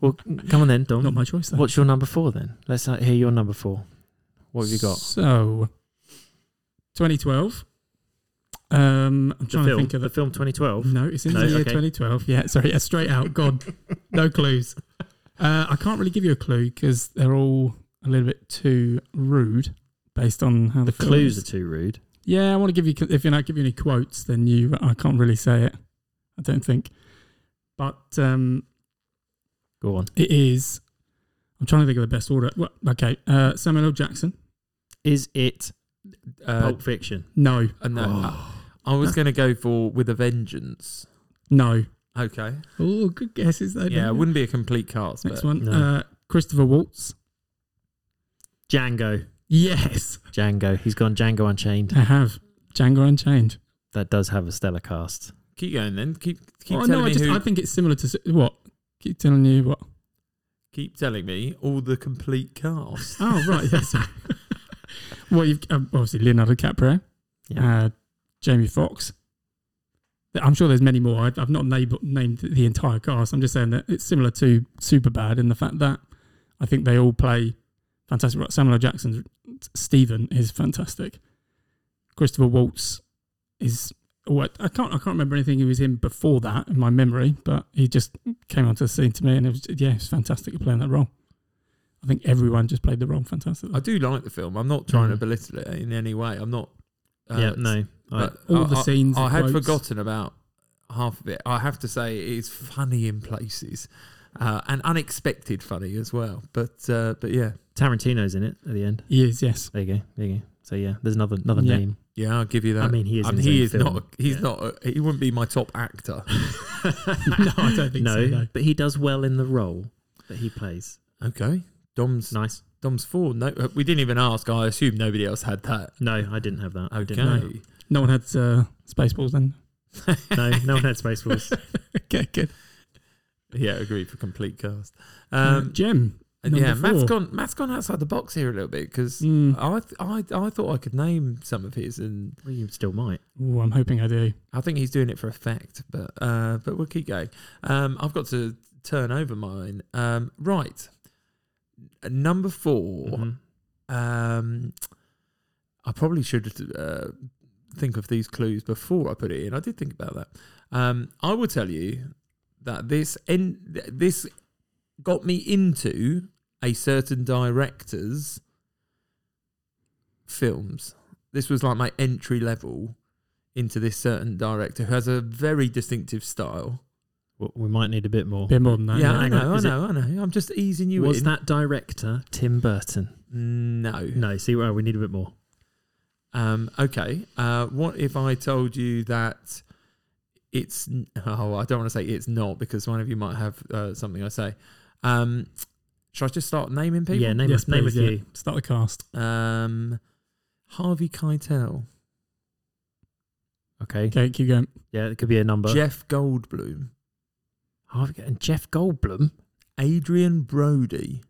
[SPEAKER 3] Well, come on then, Dom.
[SPEAKER 2] not my choice. Though.
[SPEAKER 3] What's your number four then? Let's uh, hear your number four. What have you got?
[SPEAKER 2] So, 2012. Um, I'm
[SPEAKER 3] The
[SPEAKER 2] trying to
[SPEAKER 3] film,
[SPEAKER 2] think of
[SPEAKER 3] the
[SPEAKER 2] the. Mm,
[SPEAKER 3] film 2012.
[SPEAKER 2] No, it's in
[SPEAKER 3] No,
[SPEAKER 2] the year
[SPEAKER 3] okay.
[SPEAKER 2] 2012. Yeah, sorry, yeah, straight out. God, [laughs] no clues. Uh, I can't really give you a clue because they're all a little bit too rude based on how the,
[SPEAKER 3] The clues are
[SPEAKER 2] film is.
[SPEAKER 3] too rude.
[SPEAKER 2] Yeah, I want to give you. If you're not giving any quotes, then you. I can't really say it. I don't think. But um,
[SPEAKER 3] Go on.
[SPEAKER 2] it is. I'm trying to think of the best order. Well, okay, uh, Samuel L. Jackson.
[SPEAKER 3] Is it
[SPEAKER 1] Uh,
[SPEAKER 3] Pulp Fiction?
[SPEAKER 2] No,
[SPEAKER 1] uh, no, I, I was going to go for with a vengeance.
[SPEAKER 2] no.
[SPEAKER 1] Okay.
[SPEAKER 2] Oh, good guesses though.
[SPEAKER 1] Yeah, it
[SPEAKER 2] Daniel.
[SPEAKER 1] wouldn't be a complete cast.
[SPEAKER 2] Next
[SPEAKER 1] But
[SPEAKER 2] one,
[SPEAKER 3] No.
[SPEAKER 2] uh, Christopher Waltz.
[SPEAKER 3] Django.
[SPEAKER 2] Yes,
[SPEAKER 3] Django. He's gone Django Unchained.
[SPEAKER 2] I have Django Unchained.
[SPEAKER 3] That does have a stellar cast.
[SPEAKER 1] keep going then. Keep keep
[SPEAKER 2] oh,
[SPEAKER 1] telling
[SPEAKER 2] no,
[SPEAKER 1] me
[SPEAKER 2] I just
[SPEAKER 1] who.
[SPEAKER 2] I think it's similar to s- what. Keep telling you what.
[SPEAKER 1] keep telling me all the complete cast.
[SPEAKER 2] Oh right, yes. [laughs] well, you've um, obviously Leonardo DiCaprio,
[SPEAKER 3] Yeah.
[SPEAKER 2] uh, Jamie Fox. I'm sure there's many more. I've, I've not named, named the entire cast. I'm just saying that it's similar to Superbad in the fact that I think they all play fantastic. roles. Samuel L. Jackson's Stephen is fantastic. Christopher Waltz is what I can't I can't remember anything he was in before that in my memory, but he just came onto the scene to me and it was yeah, it's fantastic playing that role. I think everyone just played the role fantastically.
[SPEAKER 1] I do like the film. I'm not trying to
[SPEAKER 2] Mm.
[SPEAKER 1] belittle it in any way. I'm not. Uh,
[SPEAKER 3] yeah, no. I,
[SPEAKER 1] but
[SPEAKER 2] All
[SPEAKER 1] I-
[SPEAKER 2] the
[SPEAKER 1] I-
[SPEAKER 2] scenes
[SPEAKER 1] I,
[SPEAKER 2] and
[SPEAKER 1] had
[SPEAKER 2] quotes.
[SPEAKER 1] forgotten about half of it. I have to say, it is funny in places, uh, and unexpected funny as well. But uh, but yeah,
[SPEAKER 3] Tarantino's in it at the end.
[SPEAKER 2] He is, yes.
[SPEAKER 3] There you go. There you go. So yeah, there's another another
[SPEAKER 2] Yeah.
[SPEAKER 3] name.
[SPEAKER 1] yeah, I'll give you that.
[SPEAKER 3] I mean, he is.
[SPEAKER 1] And
[SPEAKER 3] in his
[SPEAKER 1] he
[SPEAKER 3] own
[SPEAKER 1] is
[SPEAKER 3] film.
[SPEAKER 1] not. He's
[SPEAKER 3] Yeah.
[SPEAKER 1] not. A, [laughs] he wouldn't be my top
[SPEAKER 3] [laughs]
[SPEAKER 1] actor.
[SPEAKER 2] No, I don't
[SPEAKER 1] [laughs]
[SPEAKER 2] think
[SPEAKER 3] no,
[SPEAKER 2] so, no.
[SPEAKER 3] but he does well in the role that he plays.
[SPEAKER 1] Okay, Dom's
[SPEAKER 3] Nice.
[SPEAKER 1] Dom's four. No, uh, we didn't even ask. I assume nobody else had that.
[SPEAKER 3] No, I didn't have that. I
[SPEAKER 1] Okay,
[SPEAKER 3] didn't have
[SPEAKER 2] No one had uh, Spaceballs then. [laughs]
[SPEAKER 3] that. No, no one had Space Force.
[SPEAKER 2] okay, good.
[SPEAKER 1] yeah, agreed for complete cast.
[SPEAKER 2] Um,
[SPEAKER 1] Um,
[SPEAKER 2] Gem.
[SPEAKER 1] and yeah,
[SPEAKER 2] number
[SPEAKER 1] Matt's
[SPEAKER 2] four.
[SPEAKER 1] gone. Matt's gone outside the box here a little bit because.
[SPEAKER 2] Mm.
[SPEAKER 1] I, th- I I thought I could name some of his, and
[SPEAKER 3] Well, you still might.
[SPEAKER 2] Ooh, I'm hoping I do.
[SPEAKER 1] I think he's doing it for effect, but uh, but we'll keep going. Um, I've got to turn over mine. Um, right, number 4
[SPEAKER 3] Mhm.
[SPEAKER 1] Um, I probably should uh, think of these clues before I put it in. I did think about that. Um, I will tell you that this en- th- this got me into a certain director's films. This was like my entry level into this certain director who has a very distinctive style.
[SPEAKER 3] Well, We might need a bit more.
[SPEAKER 2] bit more than that.
[SPEAKER 1] yeah,
[SPEAKER 2] yeah.
[SPEAKER 1] I
[SPEAKER 3] hang
[SPEAKER 1] know,
[SPEAKER 3] on,
[SPEAKER 1] I
[SPEAKER 3] is it-
[SPEAKER 1] know, I know. I'm just easing you
[SPEAKER 3] Was
[SPEAKER 1] in.
[SPEAKER 3] that director Tim Burton?
[SPEAKER 1] no,
[SPEAKER 3] No, see, well, we need a bit more.
[SPEAKER 1] Um, okay. Uh, what if I told you that it's? n- Oh, I don't want to say it's not because one of you might have uh, something I say. Um, should I just start naming people?
[SPEAKER 3] Yeah, name,
[SPEAKER 2] yes,
[SPEAKER 3] name
[SPEAKER 2] please,
[SPEAKER 3] a
[SPEAKER 2] yeah.
[SPEAKER 3] few.
[SPEAKER 2] Start the cast.
[SPEAKER 1] Um, Harvey Keitel,
[SPEAKER 3] Okay.
[SPEAKER 2] Okay, keep going.
[SPEAKER 3] Yeah, it could be a number.
[SPEAKER 1] Jeff Goldblum,
[SPEAKER 3] Harvey- and Jeff Goldblum.
[SPEAKER 1] Adrian Brody,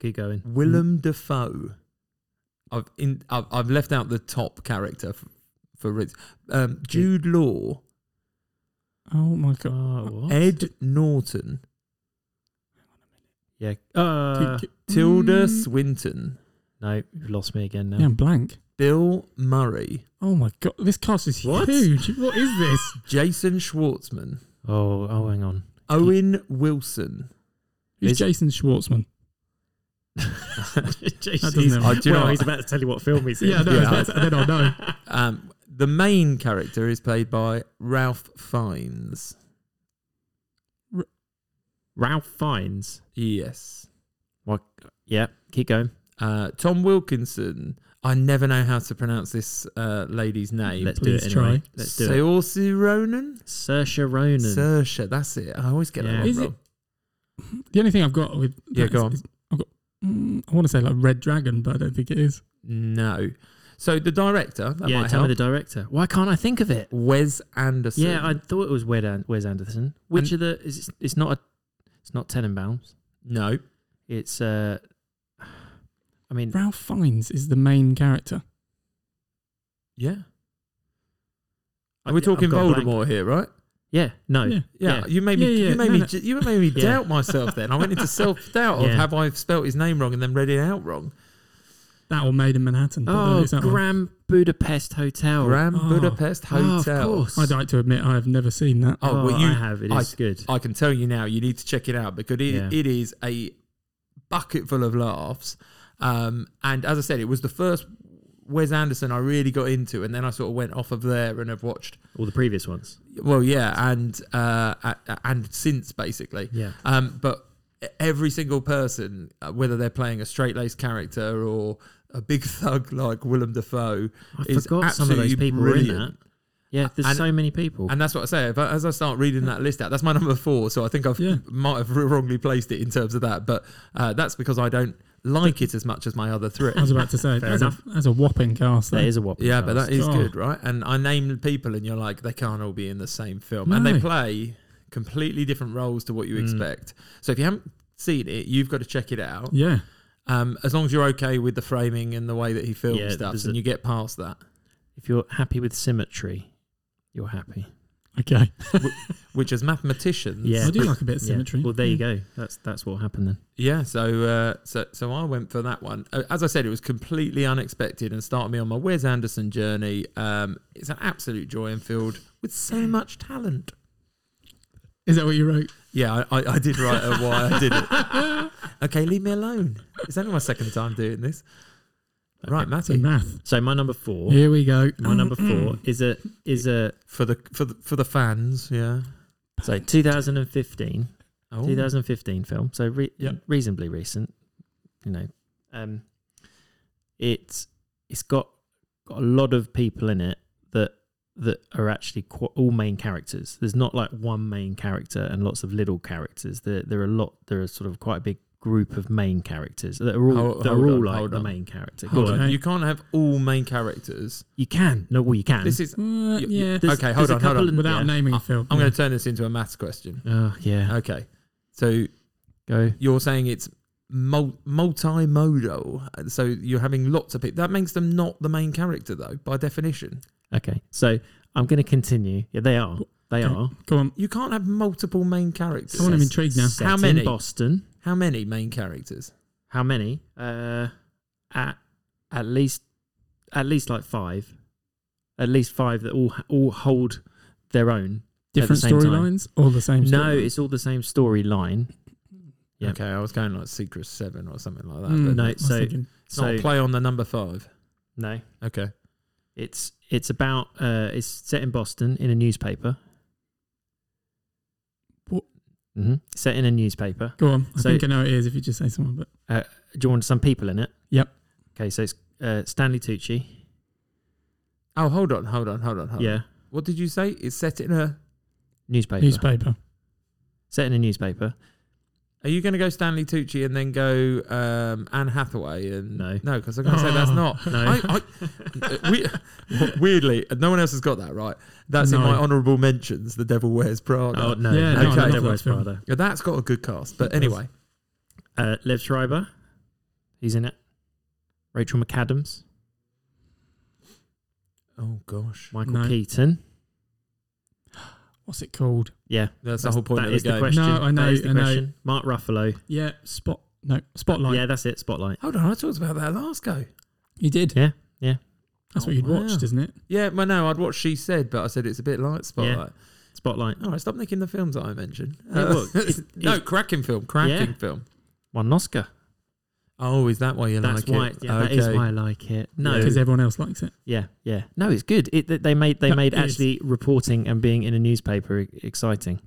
[SPEAKER 3] Keep going.
[SPEAKER 1] Willem
[SPEAKER 3] Mm.
[SPEAKER 1] Dafoe. I've in I've, I've left out the top character for, for Ritz. Um, Jude Law,
[SPEAKER 2] Oh my god.
[SPEAKER 3] Oh, what?
[SPEAKER 1] Ed Norton,
[SPEAKER 3] Yeah. Uh,
[SPEAKER 2] Keep- keep-
[SPEAKER 1] Tilda
[SPEAKER 2] Mm.
[SPEAKER 1] Swinton,
[SPEAKER 3] no, you've lost me again now.
[SPEAKER 2] Yeah, I'm blank.
[SPEAKER 1] Bill Murray,
[SPEAKER 2] Oh my god, this cast is
[SPEAKER 1] What?
[SPEAKER 2] huge. What is this?
[SPEAKER 1] Jason Schwartzman,
[SPEAKER 3] Oh, oh, hang on.
[SPEAKER 1] Owen Wilson.
[SPEAKER 2] It's
[SPEAKER 3] Is-
[SPEAKER 2] Jason Schwartzman. That doesn't
[SPEAKER 3] He's-
[SPEAKER 2] help.
[SPEAKER 1] I do
[SPEAKER 3] well,
[SPEAKER 1] not-
[SPEAKER 3] he's about to tell you what film he's in.
[SPEAKER 2] Yeah, no,
[SPEAKER 1] Yeah.
[SPEAKER 2] That's, then I'll know.
[SPEAKER 1] Um, the main character is played by Ralph Fiennes.
[SPEAKER 3] [laughs] Ralph Fiennes.
[SPEAKER 1] Yes.
[SPEAKER 3] What? Yeah, keep going.
[SPEAKER 1] Uh, Tom Wilkinson. I never know how to pronounce this uh, lady's name.
[SPEAKER 3] Let's do it
[SPEAKER 2] please
[SPEAKER 3] anyway.
[SPEAKER 2] try.
[SPEAKER 3] Let's do it.
[SPEAKER 1] Saoirse Ronan?
[SPEAKER 3] Saoirse Ronan.
[SPEAKER 1] Saoirse, that's it. I always get
[SPEAKER 3] Yeah.
[SPEAKER 1] that one
[SPEAKER 2] Is it-
[SPEAKER 1] wrong.
[SPEAKER 2] The only thing I've got with
[SPEAKER 1] Yeah,
[SPEAKER 2] that
[SPEAKER 1] go
[SPEAKER 2] is-
[SPEAKER 1] on.
[SPEAKER 2] is- I've got, mm, I want to say like Red Dragon, but I don't think it is.
[SPEAKER 1] No. So the director, that
[SPEAKER 3] yeah,
[SPEAKER 1] might
[SPEAKER 3] tell me
[SPEAKER 1] help,
[SPEAKER 3] the director. Why can't I think of it?
[SPEAKER 1] Wes Anderson.
[SPEAKER 3] Yeah, I thought it was Wes, An- Wes Anderson. Which of the is it, it's not a it's not Tenenbaums.
[SPEAKER 1] No.
[SPEAKER 3] It's uh I mean
[SPEAKER 2] Ralph Fiennes is the main character.
[SPEAKER 1] Yeah.
[SPEAKER 3] I-
[SPEAKER 1] We're
[SPEAKER 3] I've
[SPEAKER 1] talking
[SPEAKER 3] gone blank.
[SPEAKER 1] Voldemort here, right?
[SPEAKER 3] Yeah, no.
[SPEAKER 2] Yeah.
[SPEAKER 1] Yeah,
[SPEAKER 3] Yeah.
[SPEAKER 1] you made me.
[SPEAKER 2] Yeah, yeah,
[SPEAKER 1] You made
[SPEAKER 2] no,
[SPEAKER 1] me.
[SPEAKER 2] no.
[SPEAKER 1] ju- You made me
[SPEAKER 3] [laughs] Yeah.
[SPEAKER 1] doubt myself. Then I went into self doubt of
[SPEAKER 3] [laughs] Yeah.
[SPEAKER 1] have I spelt his name wrong and then read it out wrong.
[SPEAKER 2] That or Made in Manhattan. but no,
[SPEAKER 3] Oh,
[SPEAKER 2] it's that one.
[SPEAKER 3] Grand Budapest Hotel.
[SPEAKER 1] Grand
[SPEAKER 2] Oh.
[SPEAKER 1] Budapest
[SPEAKER 3] Oh, of
[SPEAKER 1] Hotel.
[SPEAKER 3] course.
[SPEAKER 2] I'd like to admit I've never seen that.
[SPEAKER 1] Oh,
[SPEAKER 3] Oh,
[SPEAKER 1] well, you-
[SPEAKER 3] I have. It
[SPEAKER 1] I-
[SPEAKER 3] is good.
[SPEAKER 1] I can tell you now. You need to check it out because it,
[SPEAKER 3] Yeah.
[SPEAKER 1] it is a bucket full of laughs. Um, and as I said, it was the first Wes Anderson I really got into, and then I sort of went off of there and have watched.
[SPEAKER 3] All the previous ones.
[SPEAKER 1] Well, yeah, and uh, a- and since basically.
[SPEAKER 3] Yeah.
[SPEAKER 1] Um, but every single person, uh, whether they're playing a straight laced character or a big [laughs] thug like Willem Dafoe,
[SPEAKER 3] I
[SPEAKER 1] is
[SPEAKER 3] forgot some of those
[SPEAKER 1] absolutely
[SPEAKER 3] people were in that.
[SPEAKER 1] brilliant.
[SPEAKER 3] Yeah, there's
[SPEAKER 1] And-
[SPEAKER 3] so many people.
[SPEAKER 1] and that's what I say. If I, as I start reading that list out, that's my number four. So I think I
[SPEAKER 2] Yeah.
[SPEAKER 1] have [laughs] might have wrongly placed it in terms of that, but uh, that's because I don't like it as much as my other three.
[SPEAKER 2] I was about to say
[SPEAKER 3] Fair
[SPEAKER 2] that's, a,
[SPEAKER 3] enough.
[SPEAKER 2] that's a whopping cast.
[SPEAKER 3] that
[SPEAKER 2] though.
[SPEAKER 3] is a
[SPEAKER 1] [laughs]
[SPEAKER 3] whopping.
[SPEAKER 1] Yeah, but
[SPEAKER 3] cast.
[SPEAKER 1] that is
[SPEAKER 2] Oh.
[SPEAKER 1] good, right? And I name people, and you're like, they can't all be in the same film, and they
[SPEAKER 2] No.
[SPEAKER 1] play completely different roles to what you
[SPEAKER 3] Mm.
[SPEAKER 1] expect. So if you haven't seen it, you've got to check it out.
[SPEAKER 2] Yeah.
[SPEAKER 1] Um, as long as you're okay with the framing and the way that he films
[SPEAKER 3] Yeah,
[SPEAKER 1] stuff,
[SPEAKER 3] there's
[SPEAKER 1] and
[SPEAKER 3] a-
[SPEAKER 1] you get past that.
[SPEAKER 3] If you're happy with symmetry, you're happy.
[SPEAKER 2] Okay.
[SPEAKER 1] Which as mathematicians,
[SPEAKER 3] Yeah.
[SPEAKER 2] I do like a bit of
[SPEAKER 3] Yeah.
[SPEAKER 2] symmetry.
[SPEAKER 3] Well, there you go. That's that's what happened then.
[SPEAKER 1] yeah. So, uh, so, so I went for that one. Uh, As I said, it was completely unexpected and started me on my Wes Anderson journey. Um, it's an absolute joy and filled with so much talent.
[SPEAKER 2] Is that what you
[SPEAKER 3] [laughs]
[SPEAKER 2] wrote?
[SPEAKER 1] Yeah, I, I, I did write a why I did it. Okay, leave me alone. It's only my second time doing this. Right,
[SPEAKER 2] So
[SPEAKER 1] Matty.
[SPEAKER 2] math.
[SPEAKER 3] So my number four,
[SPEAKER 2] Here we go. Mm,
[SPEAKER 3] my number four is a is a
[SPEAKER 1] For the for the for the fans, yeah.
[SPEAKER 3] so 2015,
[SPEAKER 1] Oh,
[SPEAKER 3] 2015 film. So re-
[SPEAKER 1] Yep.
[SPEAKER 3] reasonably recent, you know. Um, it's it's got got a lot of people in it that that are actually qu- all main characters. There's not like one main character and lots of little characters. There there are a lot. There are sort of quite a big group of main characters that are all
[SPEAKER 1] Hold-
[SPEAKER 3] that are
[SPEAKER 1] hold
[SPEAKER 3] all
[SPEAKER 1] on,
[SPEAKER 3] like
[SPEAKER 1] hold
[SPEAKER 3] the
[SPEAKER 1] on.
[SPEAKER 3] main character. Go
[SPEAKER 1] hold
[SPEAKER 3] on.
[SPEAKER 1] on.
[SPEAKER 2] Okay.
[SPEAKER 1] You can't have all main characters.
[SPEAKER 3] You can no, well you can.
[SPEAKER 1] This is
[SPEAKER 2] Uh,
[SPEAKER 1] You-
[SPEAKER 2] yeah.
[SPEAKER 1] okay.
[SPEAKER 3] There's- there's
[SPEAKER 1] Hold
[SPEAKER 3] a
[SPEAKER 1] on, hold
[SPEAKER 3] couple
[SPEAKER 1] on.
[SPEAKER 3] in-
[SPEAKER 2] Without
[SPEAKER 3] yeah.
[SPEAKER 2] naming
[SPEAKER 1] I-
[SPEAKER 2] a film.
[SPEAKER 1] I'm going to turn this into a maths question.
[SPEAKER 3] oh yeah.
[SPEAKER 1] Okay, so
[SPEAKER 3] Go.
[SPEAKER 1] you're saying it's mul- multimodal, and so you're having lots of people. That makes them not the main character, though, by definition.
[SPEAKER 3] Okay, so I'm going to continue. Yeah, they are. They
[SPEAKER 2] Okay.
[SPEAKER 3] are.
[SPEAKER 2] Come on.
[SPEAKER 1] You can't have multiple main characters.
[SPEAKER 2] Come on, I'm intrigued now.
[SPEAKER 3] Set
[SPEAKER 1] How
[SPEAKER 3] in
[SPEAKER 1] many?
[SPEAKER 3] Boston.
[SPEAKER 1] How many main characters?
[SPEAKER 3] How many? Uh, at at least at least like five. At least five that all all hold their own.
[SPEAKER 2] Different
[SPEAKER 3] same time.
[SPEAKER 2] storylines or the same
[SPEAKER 3] No,
[SPEAKER 2] storyline?
[SPEAKER 3] it's all the same storyline. Yeah. Hmm,
[SPEAKER 1] Okay, I was going like Secret Seven or something like that.
[SPEAKER 2] Mm,
[SPEAKER 1] but
[SPEAKER 3] no,
[SPEAKER 2] I was
[SPEAKER 3] so-
[SPEAKER 2] thinking.
[SPEAKER 1] It's not
[SPEAKER 3] So
[SPEAKER 1] a play on the number five.
[SPEAKER 3] no,
[SPEAKER 1] Okay.
[SPEAKER 3] it's it's about uh, it's set in Boston in a newspaper.
[SPEAKER 2] What?
[SPEAKER 3] hmm Set in a newspaper.
[SPEAKER 2] Go on. I
[SPEAKER 3] So-
[SPEAKER 2] think I know it is if you just say someone, but
[SPEAKER 3] Do you want some people in it?
[SPEAKER 2] Yep.
[SPEAKER 3] Okay, so it's uh, Stanley Tucci.
[SPEAKER 1] Oh, hold on, hold on, hold on, hold on.
[SPEAKER 3] yeah,
[SPEAKER 1] What did you say? It's set in a.
[SPEAKER 3] newspaper.
[SPEAKER 2] Newspaper.
[SPEAKER 3] Set in a newspaper.
[SPEAKER 1] Are you going to go Stanley Tucci and then go um, Anne Hathaway and
[SPEAKER 3] No.
[SPEAKER 1] no? Because I'm going to say that's
[SPEAKER 2] Oh.
[SPEAKER 1] not.
[SPEAKER 3] [laughs] No.
[SPEAKER 1] I, I, Uh, we, [laughs] weirdly, no one else has got that right. That's in
[SPEAKER 2] No.
[SPEAKER 1] my honourable mentions. The Devil Wears Prada.
[SPEAKER 3] Oh no,
[SPEAKER 2] Yeah,
[SPEAKER 3] no,
[SPEAKER 1] no, I love
[SPEAKER 3] okay. Don't
[SPEAKER 2] that
[SPEAKER 3] worry,
[SPEAKER 2] film.
[SPEAKER 3] Prada.
[SPEAKER 1] Yeah, that's got a good cast. But
[SPEAKER 2] It does.
[SPEAKER 1] anyway,
[SPEAKER 3] Uh, Lev Schreiber, he's in it. Rachel McAdams,
[SPEAKER 1] oh gosh,
[SPEAKER 3] Michael
[SPEAKER 2] No.
[SPEAKER 3] Keaton.
[SPEAKER 2] What's it called?
[SPEAKER 3] Yeah,
[SPEAKER 1] that's, the
[SPEAKER 3] that's-
[SPEAKER 1] whole point
[SPEAKER 3] that
[SPEAKER 1] of
[SPEAKER 3] is
[SPEAKER 1] the game.
[SPEAKER 3] question.
[SPEAKER 2] No, I know,
[SPEAKER 3] That is the
[SPEAKER 2] I know.
[SPEAKER 3] question. Mark Ruffalo.
[SPEAKER 2] Yeah, spot. No, spotlight.
[SPEAKER 3] Yeah, that's it. Spotlight.
[SPEAKER 1] hold on, I talked about that last go.
[SPEAKER 2] You did.
[SPEAKER 3] Yeah, yeah.
[SPEAKER 1] Oh,
[SPEAKER 2] That's what you'd
[SPEAKER 1] wow.
[SPEAKER 2] watched, isn't it?
[SPEAKER 1] Yeah, well, no, I'd watched She Said, but I said it's a bit light spotlight.
[SPEAKER 3] Spotlight.
[SPEAKER 1] All right, stop nicking the films that I mentioned.
[SPEAKER 3] Yeah,
[SPEAKER 1] Uh, [laughs]
[SPEAKER 3] look, it-
[SPEAKER 1] no,
[SPEAKER 3] it-
[SPEAKER 1] cracking film, cracking
[SPEAKER 3] Yeah.
[SPEAKER 1] film.
[SPEAKER 3] Won an Oscar.
[SPEAKER 1] Oh, is that why you
[SPEAKER 3] That's
[SPEAKER 1] like
[SPEAKER 3] why.
[SPEAKER 1] it?
[SPEAKER 3] Yeah, that is why I like it. No,
[SPEAKER 1] Yeah.
[SPEAKER 2] Because everyone else likes it.
[SPEAKER 3] Yeah, yeah. No, it's good. It, th- they made they
[SPEAKER 2] No,
[SPEAKER 3] made
[SPEAKER 2] it is.
[SPEAKER 3] actually reporting and being in a newspaper e- exciting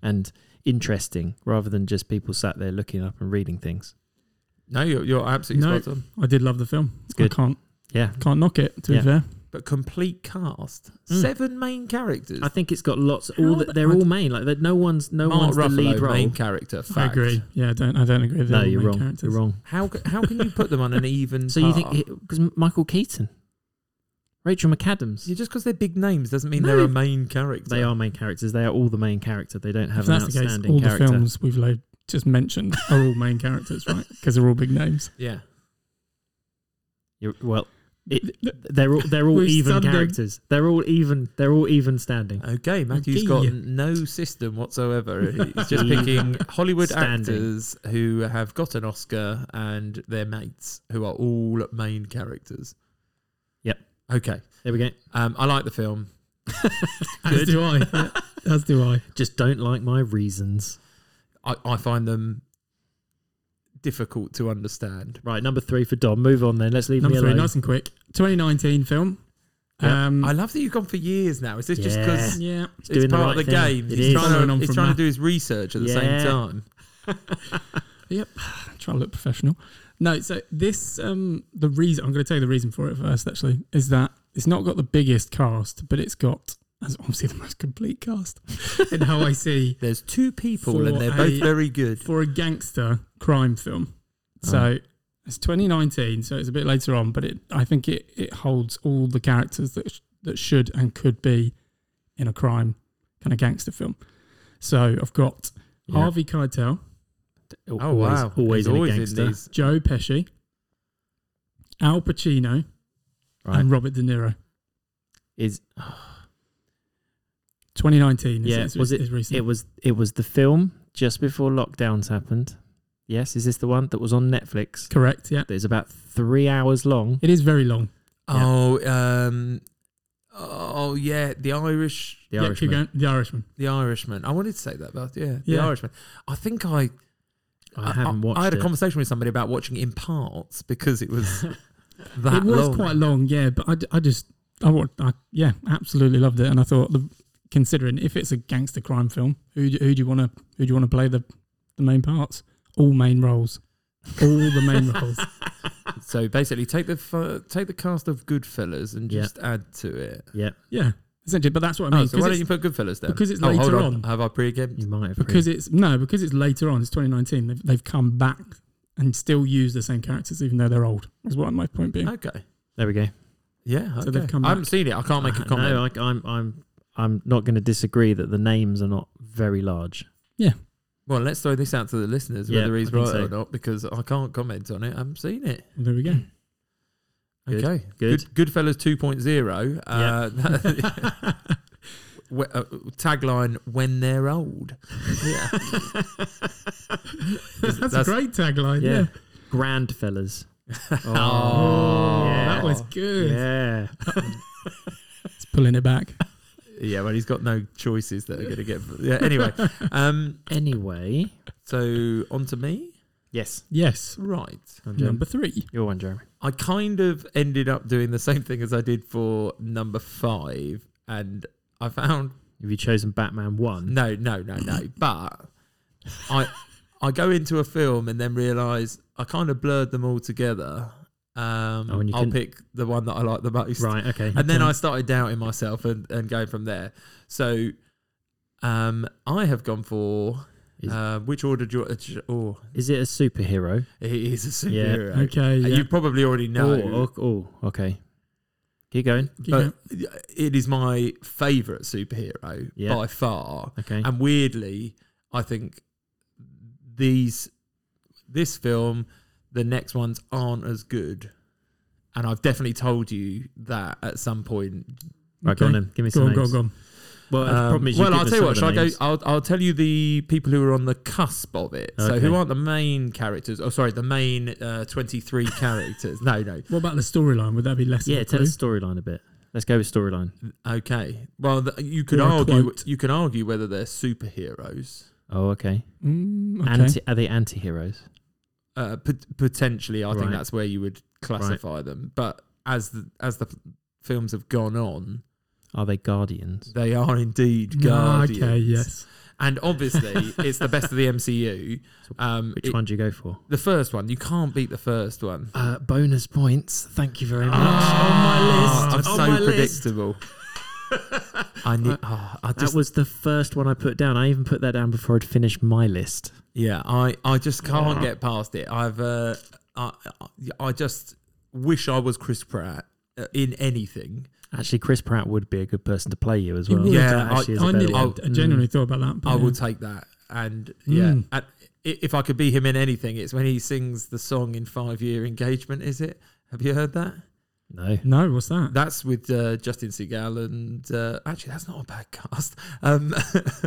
[SPEAKER 3] and interesting rather than just people sat there looking up and reading things.
[SPEAKER 1] No, you're, you're absolutely
[SPEAKER 2] No.
[SPEAKER 1] spot on.
[SPEAKER 2] I did love the film.
[SPEAKER 3] good.
[SPEAKER 2] I can't
[SPEAKER 3] Yeah.
[SPEAKER 2] can't knock it. To
[SPEAKER 3] Yeah.
[SPEAKER 2] be fair,
[SPEAKER 1] But complete cast,
[SPEAKER 3] Mm.
[SPEAKER 1] seven main characters.
[SPEAKER 3] I think it's got lots.
[SPEAKER 2] How
[SPEAKER 3] All the,
[SPEAKER 2] the-
[SPEAKER 3] they're
[SPEAKER 2] I
[SPEAKER 3] all
[SPEAKER 2] d-
[SPEAKER 3] main. Like that. No one's no
[SPEAKER 1] Mark
[SPEAKER 3] one's
[SPEAKER 1] Ruffalo,
[SPEAKER 3] the lead role.
[SPEAKER 1] main character. Fact.
[SPEAKER 2] I agree. Yeah, I don't I don't agree with
[SPEAKER 3] no,
[SPEAKER 2] all the
[SPEAKER 3] you're
[SPEAKER 2] main
[SPEAKER 3] wrong.
[SPEAKER 2] Characters.
[SPEAKER 3] You're wrong.
[SPEAKER 1] How c- how can you put them on an even?
[SPEAKER 3] So you
[SPEAKER 1] par?
[SPEAKER 2] Uh-huh.
[SPEAKER 3] think because Michael Keaton, Rachel McAdams,
[SPEAKER 1] Yeah, just because they're big names doesn't mean
[SPEAKER 3] No.
[SPEAKER 1] they're a main character?
[SPEAKER 3] they are main characters. They are all the main character. They don't have
[SPEAKER 2] If
[SPEAKER 3] an
[SPEAKER 2] that's the case,
[SPEAKER 3] outstanding
[SPEAKER 2] all the
[SPEAKER 3] character.
[SPEAKER 2] films we've like, just mentioned are all main characters,
[SPEAKER 3] [laughs]
[SPEAKER 2] right? Because they're all big names.
[SPEAKER 1] Yeah.
[SPEAKER 3] You're, well, it, they're all they're all
[SPEAKER 2] [laughs] We're
[SPEAKER 3] even
[SPEAKER 2] standing.
[SPEAKER 3] characters. They're all even. They're all even standing.
[SPEAKER 1] Okay, Matthew's
[SPEAKER 2] Okay.
[SPEAKER 1] got no system whatsoever. He's just
[SPEAKER 3] He-
[SPEAKER 1] picking Hollywood
[SPEAKER 3] Standing.
[SPEAKER 1] actors who have got an Oscar and their mates who are all main characters.
[SPEAKER 3] Yep.
[SPEAKER 1] Okay.
[SPEAKER 3] There we go.
[SPEAKER 1] Um, I like the film.
[SPEAKER 2] As do I. Yeah, [laughs] as do I.
[SPEAKER 3] Just don't like my reasons.
[SPEAKER 1] I, I find them difficult to understand.
[SPEAKER 3] Right, number three for Dom. Move on then. Let's leave
[SPEAKER 2] Number
[SPEAKER 3] me
[SPEAKER 2] three,
[SPEAKER 3] alone.
[SPEAKER 2] nice and quick. 2019 film.
[SPEAKER 1] Yeah,
[SPEAKER 2] um,
[SPEAKER 1] I love that you've gone for years now. Is this just
[SPEAKER 3] Yeah.
[SPEAKER 1] because
[SPEAKER 2] yeah.
[SPEAKER 1] it's
[SPEAKER 3] Doing the
[SPEAKER 1] part
[SPEAKER 3] right
[SPEAKER 1] of the
[SPEAKER 3] thing.
[SPEAKER 1] game?
[SPEAKER 3] It
[SPEAKER 1] he's
[SPEAKER 3] is.
[SPEAKER 1] trying,
[SPEAKER 2] Following
[SPEAKER 1] to,
[SPEAKER 2] on
[SPEAKER 1] he's
[SPEAKER 2] from
[SPEAKER 1] trying to
[SPEAKER 2] that.
[SPEAKER 1] do his research at the same
[SPEAKER 3] Yeah.
[SPEAKER 1] time.
[SPEAKER 2] try to look professional. No, so this um the reason I'm going to tell you the reason for it first actually is that it's not got the biggest cast, but it's got as obviously the most complete cast [laughs]
[SPEAKER 3] [laughs]
[SPEAKER 2] in how I see
[SPEAKER 1] There's two people
[SPEAKER 2] For
[SPEAKER 1] and they're
[SPEAKER 2] a-
[SPEAKER 1] both very good.
[SPEAKER 2] for a gangster crime film. So it's 2019, so it's a bit later on, but it I think it it holds all the characters that sh- that should and could be in a crime kind of gangster film. So I've got
[SPEAKER 3] Yeah.
[SPEAKER 2] Harvey Keitel,
[SPEAKER 3] Al-
[SPEAKER 1] Oh
[SPEAKER 3] always,
[SPEAKER 1] wow!
[SPEAKER 3] Always
[SPEAKER 1] He's
[SPEAKER 3] in
[SPEAKER 1] always
[SPEAKER 3] a gangster.
[SPEAKER 1] these.
[SPEAKER 2] Joe Pesci, Al Pacino,
[SPEAKER 3] Right.
[SPEAKER 2] and Robert De Niro.
[SPEAKER 3] Is
[SPEAKER 2] 2019.
[SPEAKER 3] Yeah,
[SPEAKER 2] is,
[SPEAKER 3] was
[SPEAKER 2] is, is recent.
[SPEAKER 3] it was it was the film just before lockdowns happened. Yes, is this the one that was on Netflix?
[SPEAKER 2] correct? Yeah,
[SPEAKER 3] That is about three hours long.
[SPEAKER 2] it is very long.
[SPEAKER 3] Yeah.
[SPEAKER 1] Oh, um, oh yeah, the Irish,
[SPEAKER 3] The
[SPEAKER 2] yeah,
[SPEAKER 3] Irishman.
[SPEAKER 2] keep going. The Irishman.
[SPEAKER 1] the Irishman. I wanted to say that, but yeah, the
[SPEAKER 2] Yeah.
[SPEAKER 1] Irishman. I think I,
[SPEAKER 3] I haven't watched
[SPEAKER 1] I had a
[SPEAKER 3] it.
[SPEAKER 1] conversation with somebody about watching in parts because it
[SPEAKER 2] [laughs]
[SPEAKER 1] was that
[SPEAKER 2] it was
[SPEAKER 1] long.
[SPEAKER 2] quite long, yeah. But I, d- I just, I, wa- I yeah, absolutely loved it, and I thought, the, considering if it's a gangster crime film, who do, who do you want to who do you want to play the the main parts? All main roles, all the
[SPEAKER 3] [laughs]
[SPEAKER 2] main roles. [laughs]
[SPEAKER 1] so basically, take the fu- take the cast of Goodfellas and
[SPEAKER 3] Yeah.
[SPEAKER 1] just add to it.
[SPEAKER 2] Yeah, essentially. But that's what I mean.
[SPEAKER 1] Oh, so
[SPEAKER 2] 'cause
[SPEAKER 1] why don't
[SPEAKER 2] it's-
[SPEAKER 1] you put Goodfellas down?
[SPEAKER 2] because it's
[SPEAKER 1] oh, hold
[SPEAKER 2] later
[SPEAKER 1] on.
[SPEAKER 2] on.
[SPEAKER 1] Have I pre-gamed?
[SPEAKER 3] You might have
[SPEAKER 2] because it's no because it's later on it's 2019 they've, they've come back and still use the same characters even though they're old Oh, is what my point being
[SPEAKER 1] Okay.
[SPEAKER 3] there we go.
[SPEAKER 1] Yeah.
[SPEAKER 2] So
[SPEAKER 1] Okay.
[SPEAKER 2] they've come
[SPEAKER 1] I haven't seen it. I can't make
[SPEAKER 2] [laughs]
[SPEAKER 1] a
[SPEAKER 3] Uh,
[SPEAKER 1] comment.
[SPEAKER 3] No, I, I'm I'm I'm not going to disagree that the names are not very large.
[SPEAKER 1] Well, let's throw this out to the listeners
[SPEAKER 3] Yeah,
[SPEAKER 1] whether he's
[SPEAKER 3] I think
[SPEAKER 1] right or
[SPEAKER 3] so.
[SPEAKER 1] not because I can't comment on it. I haven't seen it.
[SPEAKER 2] there we go
[SPEAKER 3] Good,
[SPEAKER 1] okay.
[SPEAKER 3] good.
[SPEAKER 1] Good. Goodfellas 2.0. Uh, [laughs] we- uh, tagline: When they're [laughs] old. Yeah.
[SPEAKER 2] that's,
[SPEAKER 1] That's-
[SPEAKER 2] a great tagline yeah,
[SPEAKER 3] [laughs] Yeah. Grand [laughs] fellas.
[SPEAKER 1] Oh.
[SPEAKER 2] Oh,
[SPEAKER 3] yeah.
[SPEAKER 2] that was good
[SPEAKER 3] Yeah.
[SPEAKER 2] it's pulling it back [laughs]
[SPEAKER 1] Yeah. Well, he's got no choices that are going to get. [laughs] Yeah. Anyway. Um.
[SPEAKER 3] Anyway.
[SPEAKER 1] So on to me.
[SPEAKER 3] Yes.
[SPEAKER 2] yes
[SPEAKER 1] Right.
[SPEAKER 2] number three
[SPEAKER 3] Your one, Jeremy.
[SPEAKER 1] I kind of ended up doing the same thing as I did for number five, and I found
[SPEAKER 3] Have you chosen Batman one?
[SPEAKER 1] No, no, no,
[SPEAKER 3] [clears throat]
[SPEAKER 1] no. but I I go into a film and then realise I kind of blurred them all together Um,
[SPEAKER 3] Oh, and you
[SPEAKER 1] I'll
[SPEAKER 3] couldn't-
[SPEAKER 1] pick the one that I like the most.
[SPEAKER 3] Right. Okay.
[SPEAKER 1] And then
[SPEAKER 2] Okay.
[SPEAKER 1] I started doubting myself and, and going from there. So um, I have gone for.
[SPEAKER 3] Is-
[SPEAKER 1] Uh, which order do you. uh, sh- Oh,
[SPEAKER 3] Is it a superhero?
[SPEAKER 1] he is a
[SPEAKER 3] Yeah,
[SPEAKER 1] superhero.
[SPEAKER 2] Okay.
[SPEAKER 1] Uh,
[SPEAKER 2] Yeah.
[SPEAKER 1] You probably already know.
[SPEAKER 3] Oh, oh, oh, okay. Keep going.
[SPEAKER 2] Keep
[SPEAKER 1] but it is my favourite superhero
[SPEAKER 3] Yeah.
[SPEAKER 1] by far.
[SPEAKER 3] Okay.
[SPEAKER 1] And weirdly, I think these this film, the next ones aren't as good. And I've definitely told you that at some point.
[SPEAKER 3] right, go on
[SPEAKER 2] okay.
[SPEAKER 3] then. Give me
[SPEAKER 2] Go
[SPEAKER 3] some
[SPEAKER 2] on, go on,
[SPEAKER 3] names.
[SPEAKER 2] go on.
[SPEAKER 3] Well, the
[SPEAKER 1] Um,
[SPEAKER 3] problem is you
[SPEAKER 1] well,
[SPEAKER 3] give
[SPEAKER 1] I'll
[SPEAKER 3] us
[SPEAKER 1] tell you
[SPEAKER 3] some
[SPEAKER 1] what.
[SPEAKER 3] of
[SPEAKER 1] Shall I
[SPEAKER 3] the
[SPEAKER 1] go?
[SPEAKER 3] names.
[SPEAKER 1] I'll, I'll tell you the people who are on the cusp of it. So
[SPEAKER 3] Okay.
[SPEAKER 1] who aren't the main characters? Oh, sorry, the main uh, twenty-three [laughs] characters. No, no.
[SPEAKER 2] What about the storyline? Would that be less? of
[SPEAKER 3] Yeah,
[SPEAKER 2] a
[SPEAKER 3] tell
[SPEAKER 2] clue?
[SPEAKER 3] us storyline a bit. Let's go with storyline.
[SPEAKER 1] Okay. Well, th- you could
[SPEAKER 2] Or a
[SPEAKER 1] argue.
[SPEAKER 2] quote.
[SPEAKER 1] You can argue whether they're superheroes.
[SPEAKER 3] Oh, okay.
[SPEAKER 2] Mm, okay.
[SPEAKER 3] Anti, are they anti-heroes?
[SPEAKER 1] Uh, pot- potentially, I think
[SPEAKER 3] Right.
[SPEAKER 1] that's where you would classify them. But as the as the f- films have gone on,
[SPEAKER 3] Are they guardians?
[SPEAKER 1] they are indeed
[SPEAKER 2] Ah,
[SPEAKER 1] guardians.
[SPEAKER 2] okay. Yes.
[SPEAKER 1] And obviously, it's the best of the
[SPEAKER 3] [laughs]
[SPEAKER 1] MCU. Um,
[SPEAKER 3] Which
[SPEAKER 1] it-
[SPEAKER 3] one do you go for?
[SPEAKER 1] The first one. You can't beat the first one.
[SPEAKER 3] Uh, bonus points. Thank you very much.
[SPEAKER 1] Ah,
[SPEAKER 3] on my list.
[SPEAKER 1] I'm
[SPEAKER 3] on
[SPEAKER 1] so
[SPEAKER 3] my list.
[SPEAKER 1] predictable. I
[SPEAKER 3] [laughs]
[SPEAKER 1] need. ah, I
[SPEAKER 3] That
[SPEAKER 1] just.
[SPEAKER 3] was the first one I put down. I even put that down before I'd finished my list.
[SPEAKER 1] Yeah, I. I just can't get past it. I've. Uh, I. I- I just wish I was Chris Pratt uh, in anything.
[SPEAKER 3] Actually, Chris Pratt would be a good person to play you as
[SPEAKER 2] He
[SPEAKER 3] well.
[SPEAKER 2] would.
[SPEAKER 1] Yeah,
[SPEAKER 3] That actually is a
[SPEAKER 2] I,
[SPEAKER 3] better
[SPEAKER 2] nearly,
[SPEAKER 3] one.
[SPEAKER 2] I genuinely thought about that. but
[SPEAKER 1] I
[SPEAKER 2] yeah.
[SPEAKER 1] will take that. And yeah,
[SPEAKER 2] Mm.
[SPEAKER 1] and i- if I could be him in anything, it's when he sings the song in Five Year Engagement. Is it? Have you heard that?
[SPEAKER 3] No.
[SPEAKER 2] No, what's that?
[SPEAKER 1] That's with uh, Justin Seagal and uh, actually, that's not a bad cast. [laughs] Um,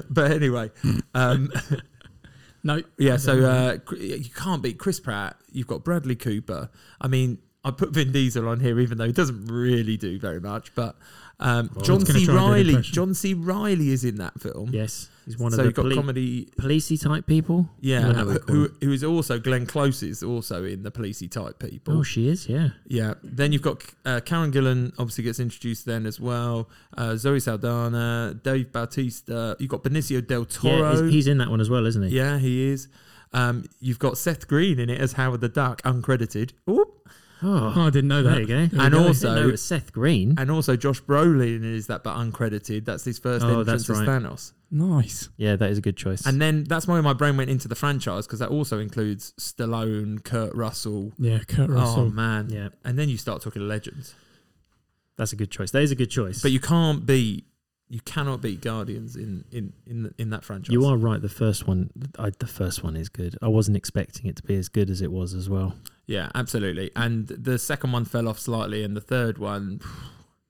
[SPEAKER 1] but
[SPEAKER 2] [laughs]
[SPEAKER 1] anyway, um,
[SPEAKER 2] No.
[SPEAKER 1] yeah. So uh, Cr- you can't beat Chris Pratt. You've got Bradley Cooper. I mean, I put Vin Diesel on here, even though he doesn't really do very much. But um,
[SPEAKER 3] Well,
[SPEAKER 1] John
[SPEAKER 2] I was gonna
[SPEAKER 1] C.
[SPEAKER 2] try and do an
[SPEAKER 1] Riley,
[SPEAKER 2] impression.
[SPEAKER 1] John C. Riley is in that film.
[SPEAKER 3] Yes, he's one
[SPEAKER 1] so
[SPEAKER 3] of the
[SPEAKER 1] you've got
[SPEAKER 3] poli-
[SPEAKER 1] comedy
[SPEAKER 3] policey type people.
[SPEAKER 1] Yeah,
[SPEAKER 3] Whatever
[SPEAKER 1] who,
[SPEAKER 3] they call
[SPEAKER 1] who- who is also Glenn Close is also in the policey type people.
[SPEAKER 3] Oh, she is. Yeah.
[SPEAKER 1] yeah. Then you've got uh, Karen Gillan obviously gets introduced then as well. Uh, Zoe Saldana, Dave Bautista. You've got Benicio del
[SPEAKER 3] Yeah,
[SPEAKER 1] Toro.
[SPEAKER 3] he's, he's in that one as well, isn't he?
[SPEAKER 1] Yeah, he is. Um, you've got Seth Green in it as Howard the Duck, uncredited. Oop.
[SPEAKER 2] Oh,
[SPEAKER 3] Oh,
[SPEAKER 2] I didn't know
[SPEAKER 3] there
[SPEAKER 2] that.
[SPEAKER 3] you go.
[SPEAKER 1] And
[SPEAKER 3] I didn't
[SPEAKER 1] also-
[SPEAKER 3] know it was Seth Green.
[SPEAKER 1] And also Josh Brolin is that, but uncredited. That's his first
[SPEAKER 3] Oh,
[SPEAKER 1] entrance
[SPEAKER 3] that's
[SPEAKER 1] as
[SPEAKER 3] right.
[SPEAKER 1] Thanos.
[SPEAKER 2] Nice.
[SPEAKER 3] Yeah, that is a good choice.
[SPEAKER 1] And then that's why my brain went into the franchise because that also includes Stallone, Kurt Russell.
[SPEAKER 2] Yeah, Kurt
[SPEAKER 1] Oh
[SPEAKER 2] Russell.
[SPEAKER 1] man,
[SPEAKER 3] yeah,
[SPEAKER 1] and then you start talking legends.
[SPEAKER 3] that's a good choice. That is a good choice.
[SPEAKER 1] But you can't beat you cannot beat Guardians in in in, in that franchise.
[SPEAKER 3] you are right. The first one, I, the first one is good. I wasn't expecting it to be as good as it was as well.
[SPEAKER 1] yeah, absolutely. And the second one fell off slightly, and the third one,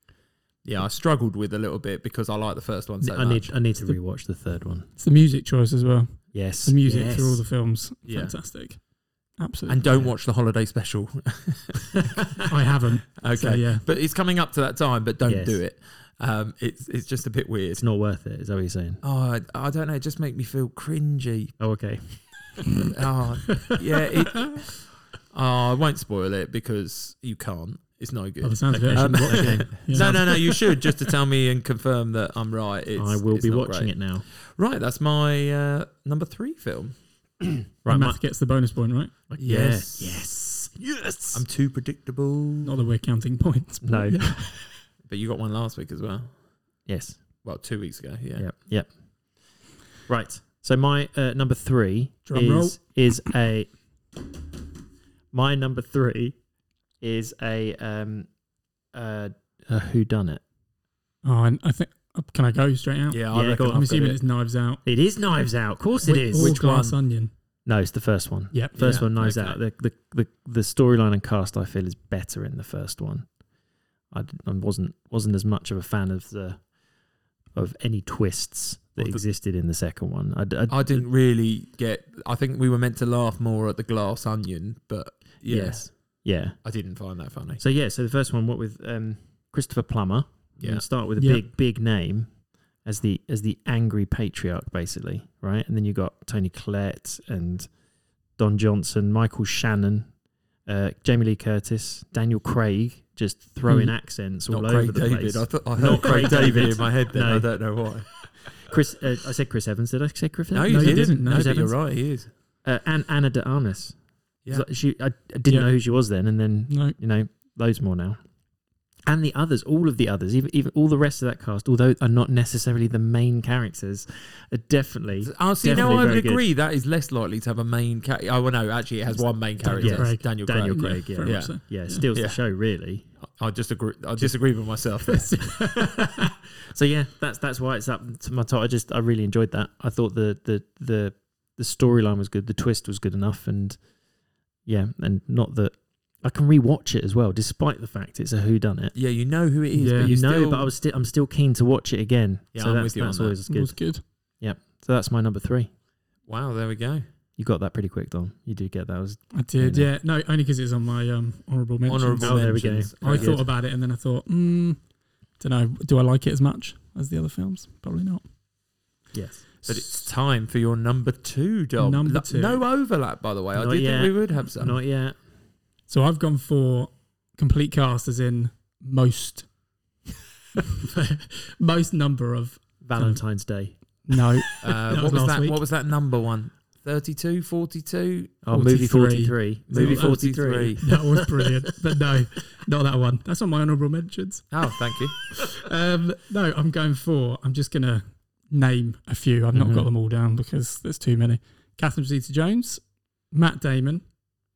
[SPEAKER 1] [sighs] yeah, I struggled with a little bit because I like the first one so
[SPEAKER 3] I
[SPEAKER 1] much.
[SPEAKER 3] need, I need to rewatch the third one.
[SPEAKER 2] It's the music choice as well.
[SPEAKER 3] Yes,
[SPEAKER 2] The music
[SPEAKER 3] yes.
[SPEAKER 2] through all the films.
[SPEAKER 1] Yeah.
[SPEAKER 2] Fantastic. Absolutely.
[SPEAKER 1] and don't
[SPEAKER 3] Yeah.
[SPEAKER 1] watch the holiday
[SPEAKER 3] [laughs]
[SPEAKER 1] special.
[SPEAKER 2] I haven't.
[SPEAKER 1] [laughs] okay,
[SPEAKER 2] So, yeah.
[SPEAKER 1] but it's coming up to that time. But don't
[SPEAKER 3] Yes.
[SPEAKER 1] do it. Um, it's it's just a bit weird.
[SPEAKER 3] It's not worth it. Is that what you're saying?
[SPEAKER 1] Oh, I, I don't know. It just make me feel cringy.
[SPEAKER 3] Oh, okay.
[SPEAKER 1] [laughs] Oh, yeah. It, oh, I won't spoil it because you can't. It's no good.
[SPEAKER 2] By the sounds of it, I
[SPEAKER 1] Um,
[SPEAKER 2] shouldn't watch it. Yeah.
[SPEAKER 1] [laughs] No, no, no. You should just to tell me and confirm that I'm right. It's,
[SPEAKER 3] I will be watching it now.
[SPEAKER 1] Right, that's my uh, number three film.
[SPEAKER 3] Right,
[SPEAKER 2] Math gets the bonus point, right?
[SPEAKER 3] my-
[SPEAKER 1] Yes.
[SPEAKER 3] yes, yes.
[SPEAKER 1] I'm too predictable.
[SPEAKER 2] Not that we're counting points. but
[SPEAKER 3] No.
[SPEAKER 2] [laughs] yeah.
[SPEAKER 1] But you got one last week as well.
[SPEAKER 3] yes.
[SPEAKER 1] Well, two weeks ago. Yeah.
[SPEAKER 3] Yep. Yep. Right. So my uh, number three
[SPEAKER 2] Drum
[SPEAKER 3] is
[SPEAKER 2] roll.
[SPEAKER 3] is a. My number three is a um, uh, a who done it.
[SPEAKER 2] Oh, and I think. uh, Can I go straight out?
[SPEAKER 1] Yeah,
[SPEAKER 3] Yeah,
[SPEAKER 1] I reckon
[SPEAKER 3] go on.
[SPEAKER 1] I've
[SPEAKER 2] I'm
[SPEAKER 1] got
[SPEAKER 2] assuming
[SPEAKER 1] it.
[SPEAKER 2] it's Knives Out.
[SPEAKER 3] It is Knives Out. Of course, it is.
[SPEAKER 2] Or
[SPEAKER 1] Which
[SPEAKER 2] Glass
[SPEAKER 1] one?
[SPEAKER 2] Onion.
[SPEAKER 3] No, it's the first one.
[SPEAKER 2] Yep.
[SPEAKER 3] First
[SPEAKER 1] Yeah,
[SPEAKER 3] one, Knives
[SPEAKER 1] okay.
[SPEAKER 3] Out. The the the, the storyline and cast I feel is better in the first one. I, d- I wasn't wasn't as much of a fan of the of any twists that
[SPEAKER 1] Well, the-
[SPEAKER 3] existed in the Uh, second one. I, d- I d-
[SPEAKER 1] I didn't really get. I think we were meant to laugh more at the glass onion, but yeah,
[SPEAKER 3] yes. Yeah.
[SPEAKER 1] I didn't find that funny.
[SPEAKER 3] So yeah, so the first one, what with um, Christopher Plummer.
[SPEAKER 1] Yeah.
[SPEAKER 3] You start with a
[SPEAKER 2] Yeah.
[SPEAKER 3] big big name as the as the angry patriarch, basically, right? And then you got Tony Collette and Don Johnson, Michael Shannon, uh, Jamie Lee Curtis, Daniel Craig, just throwing
[SPEAKER 2] Mm.
[SPEAKER 3] accents all
[SPEAKER 1] Hmm. Not
[SPEAKER 3] over
[SPEAKER 1] Craig
[SPEAKER 3] the
[SPEAKER 1] David.
[SPEAKER 3] place.
[SPEAKER 1] I thought I heard
[SPEAKER 3] Not
[SPEAKER 1] Craig
[SPEAKER 3] Craig
[SPEAKER 1] David,
[SPEAKER 3] David.
[SPEAKER 1] in my head. Then
[SPEAKER 3] No.
[SPEAKER 1] I don't know why.
[SPEAKER 3] Chris, uh, I said Chris Evans. Did I say Chris
[SPEAKER 1] No,
[SPEAKER 3] Evans?
[SPEAKER 1] you
[SPEAKER 2] you
[SPEAKER 1] didn't.
[SPEAKER 2] didn't.
[SPEAKER 1] No,
[SPEAKER 2] Chris
[SPEAKER 1] but you're
[SPEAKER 3] Evans.
[SPEAKER 1] right. He is.
[SPEAKER 3] Uh, and Anna de Armas.
[SPEAKER 1] Yeah.
[SPEAKER 3] So She, I, I didn't
[SPEAKER 2] Yeah.
[SPEAKER 3] know who she was then, and then
[SPEAKER 2] No.
[SPEAKER 3] you know loads more now. And the others, all of the others, even even all the rest of that cast, although are not necessarily the main characters, are definitely
[SPEAKER 1] Oh, see, now
[SPEAKER 3] Definitely
[SPEAKER 1] I would
[SPEAKER 3] very good.
[SPEAKER 1] agree that is less likely to have a main character. Oh, well, no, actually, it has one main character.
[SPEAKER 3] Daniel
[SPEAKER 1] It's
[SPEAKER 2] Craig.
[SPEAKER 1] Daniel Craig.
[SPEAKER 3] Daniel Craig.
[SPEAKER 2] very
[SPEAKER 3] yeah,
[SPEAKER 1] yeah.
[SPEAKER 2] much so.
[SPEAKER 1] [laughs]
[SPEAKER 3] yeah, steals
[SPEAKER 1] Yeah.
[SPEAKER 3] the show really. [laughs]
[SPEAKER 1] I just agree. I disagree with myself.
[SPEAKER 3] so yeah, that's that's why it's up to my top. I just I really enjoyed that. I thought the the the the storyline was good, the twist was good enough, and yeah, and not that I can rewatch it as well, despite the fact it's a who done it.
[SPEAKER 1] yeah, you know who it is.
[SPEAKER 2] Yeah.
[SPEAKER 1] but
[SPEAKER 3] You
[SPEAKER 1] you
[SPEAKER 3] know,
[SPEAKER 1] still-
[SPEAKER 3] but I was still I'm still keen to watch it again.
[SPEAKER 1] Yeah,
[SPEAKER 3] so
[SPEAKER 1] I'm
[SPEAKER 3] that's,
[SPEAKER 1] with you on
[SPEAKER 3] that's
[SPEAKER 1] that.
[SPEAKER 3] always
[SPEAKER 2] It
[SPEAKER 3] good.
[SPEAKER 2] was good.
[SPEAKER 3] So that's my number three.
[SPEAKER 1] Wow, there we go.
[SPEAKER 3] You got that pretty quick, Don. You did get that. It was
[SPEAKER 2] I did,
[SPEAKER 3] Yeah.
[SPEAKER 2] yeah. No, only because it's on my um, honourable mentions.
[SPEAKER 1] Honourable
[SPEAKER 3] Oh, there we go.
[SPEAKER 1] mentions.
[SPEAKER 2] I
[SPEAKER 3] Very
[SPEAKER 2] thought
[SPEAKER 3] good.
[SPEAKER 2] about it and then I thought, mm, don't know, do I like it as much as the other films? Probably not.
[SPEAKER 3] yes.
[SPEAKER 1] But it's time for your number two, Dom.
[SPEAKER 2] Number
[SPEAKER 1] No-
[SPEAKER 2] two.
[SPEAKER 1] No overlap, by the way. I
[SPEAKER 3] Not
[SPEAKER 1] did
[SPEAKER 3] yet.
[SPEAKER 1] think we would have some.
[SPEAKER 3] Not yet.
[SPEAKER 2] So I've gone for complete cast, as in most, [laughs] most number of
[SPEAKER 3] Valentine's Day.
[SPEAKER 2] [laughs] no,
[SPEAKER 1] Uh,
[SPEAKER 2] That
[SPEAKER 1] what
[SPEAKER 2] was
[SPEAKER 1] was
[SPEAKER 2] last
[SPEAKER 1] that?
[SPEAKER 2] week.
[SPEAKER 1] What was that number one? 32, 42?
[SPEAKER 3] Oh,
[SPEAKER 2] 43.
[SPEAKER 3] movie forty three.
[SPEAKER 2] Is it
[SPEAKER 3] Movie
[SPEAKER 2] on
[SPEAKER 3] forty three.
[SPEAKER 2] that was brilliant, but
[SPEAKER 3] [laughs]
[SPEAKER 2] no, not that one. That's on my honourable mentions.
[SPEAKER 1] Oh, thank you.
[SPEAKER 2] Um, no, I'm going for. I'm just gonna name a few. I've
[SPEAKER 3] Mhm.
[SPEAKER 1] Mm-hmm.
[SPEAKER 2] not got them all down because there's too many. Catherine Zeta-Jones, Matt Damon,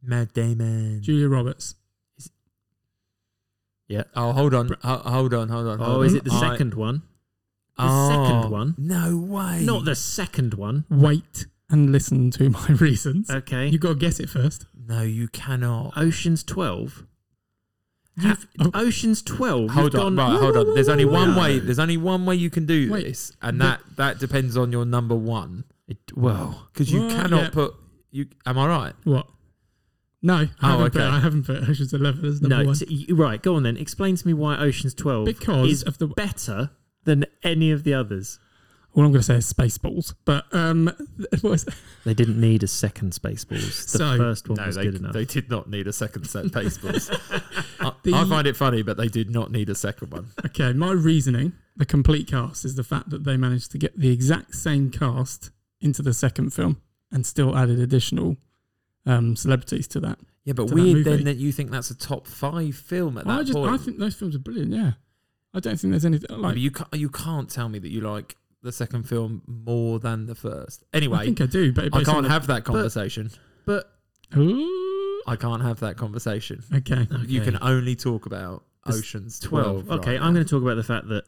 [SPEAKER 1] Mad Damon.
[SPEAKER 2] Julia Roberts.
[SPEAKER 1] Oh, hold on. Ho- hold on, hold on.
[SPEAKER 3] Oh,
[SPEAKER 1] hold
[SPEAKER 3] is
[SPEAKER 1] on.
[SPEAKER 3] it the
[SPEAKER 1] I-
[SPEAKER 3] second one? The
[SPEAKER 1] oh,
[SPEAKER 3] second one?
[SPEAKER 1] No way.
[SPEAKER 3] Not the second one.
[SPEAKER 2] Wait and listen to [laughs] my reasons.
[SPEAKER 3] Okay.
[SPEAKER 2] You've got to guess it first.
[SPEAKER 1] No, you cannot.
[SPEAKER 3] Ocean's Twelve. You've,
[SPEAKER 2] Oh.
[SPEAKER 3] Ocean's Twelve.
[SPEAKER 1] Hold
[SPEAKER 3] you've
[SPEAKER 1] on,
[SPEAKER 3] gone-
[SPEAKER 1] right? Hold on. There's only one
[SPEAKER 3] No.
[SPEAKER 1] way. There's only one way you can do
[SPEAKER 2] Wait,
[SPEAKER 1] this, and
[SPEAKER 2] the-
[SPEAKER 1] that that depends on your number one
[SPEAKER 3] It, well,
[SPEAKER 1] because you
[SPEAKER 2] Well,
[SPEAKER 1] cannot
[SPEAKER 2] yeah.
[SPEAKER 1] put. You am I right?
[SPEAKER 2] What? No, I,
[SPEAKER 1] Oh,
[SPEAKER 2] haven't, put,
[SPEAKER 1] okay.
[SPEAKER 2] I haven't put Ocean's Eleven as number
[SPEAKER 3] no.
[SPEAKER 2] one
[SPEAKER 3] it's- you- right, go on then. Explain to me why Ocean's Twelve
[SPEAKER 2] because
[SPEAKER 3] is
[SPEAKER 2] of the.
[SPEAKER 3] better than any of the others.
[SPEAKER 2] All I'm going to say is Spaceballs, but um, [laughs] what was
[SPEAKER 3] They didn't need a second Spaceballs. The
[SPEAKER 2] So-
[SPEAKER 3] first one was
[SPEAKER 1] they,
[SPEAKER 3] good enough.
[SPEAKER 1] they did not need a second set [laughs] of baseballs. I,
[SPEAKER 2] The-
[SPEAKER 1] I find it funny, but they did not need a second one.
[SPEAKER 2] Okay, my reasoning, the complete cast, is the fact that they managed to get the exact same cast into the second film and still added additional um, celebrities to that.
[SPEAKER 1] Yeah, but
[SPEAKER 2] To that
[SPEAKER 1] weird then
[SPEAKER 2] movie.
[SPEAKER 1] that you think that's a top five film at that
[SPEAKER 2] I just,
[SPEAKER 1] point.
[SPEAKER 2] I think those films are brilliant. Yeah, I don't think there's anything
[SPEAKER 1] But
[SPEAKER 2] like.
[SPEAKER 1] you can't, you can't tell me that you like the second film more than the first. Anyway,
[SPEAKER 2] I think I do, but
[SPEAKER 1] I can't have that conversation.
[SPEAKER 3] but
[SPEAKER 2] Ooh,
[SPEAKER 1] I can't have that conversation.
[SPEAKER 2] okay,
[SPEAKER 1] You
[SPEAKER 3] Okay.
[SPEAKER 1] can only talk about
[SPEAKER 3] There's
[SPEAKER 1] Ocean's 12.
[SPEAKER 3] Twelve. okay,
[SPEAKER 1] right
[SPEAKER 3] I'm
[SPEAKER 1] now.
[SPEAKER 3] going to talk about the fact that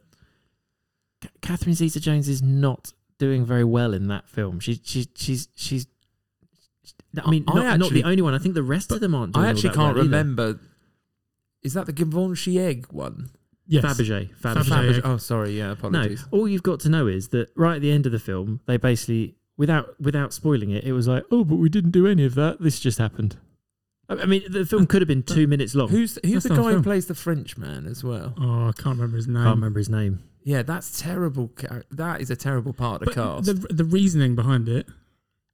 [SPEAKER 3] Ca- Catherine Zeta-Jones is not doing very well in that film. She, she, she's she's. I mean,
[SPEAKER 1] I
[SPEAKER 3] not, not
[SPEAKER 1] actually-
[SPEAKER 3] the only one. I think the rest of them aren't. Doing
[SPEAKER 1] I
[SPEAKER 3] all
[SPEAKER 1] actually
[SPEAKER 3] that
[SPEAKER 1] can't
[SPEAKER 3] well either.
[SPEAKER 1] remember. Is that the Givenchy egg one?
[SPEAKER 2] yes,
[SPEAKER 3] Fabergé. Fabergé.
[SPEAKER 2] Fabergé. egg.
[SPEAKER 1] Oh, sorry. Yeah,
[SPEAKER 3] No,
[SPEAKER 1] apologies.
[SPEAKER 3] all you've got to know is that right at the end of the film, they basically, without without spoiling it, it was like, oh, but we didn't do any of that. This just happened. I I mean, the film could have been two minutes long.
[SPEAKER 1] Who's who's
[SPEAKER 2] That's
[SPEAKER 1] the
[SPEAKER 2] not a
[SPEAKER 1] guy who
[SPEAKER 2] film.
[SPEAKER 1] plays the French man as well?
[SPEAKER 2] Oh, I can't remember his name.
[SPEAKER 3] I can't remember his name.
[SPEAKER 1] Yeah, that's terrible. char- That is a terrible part of the
[SPEAKER 2] But
[SPEAKER 1] cast.
[SPEAKER 2] the the reasoning behind it,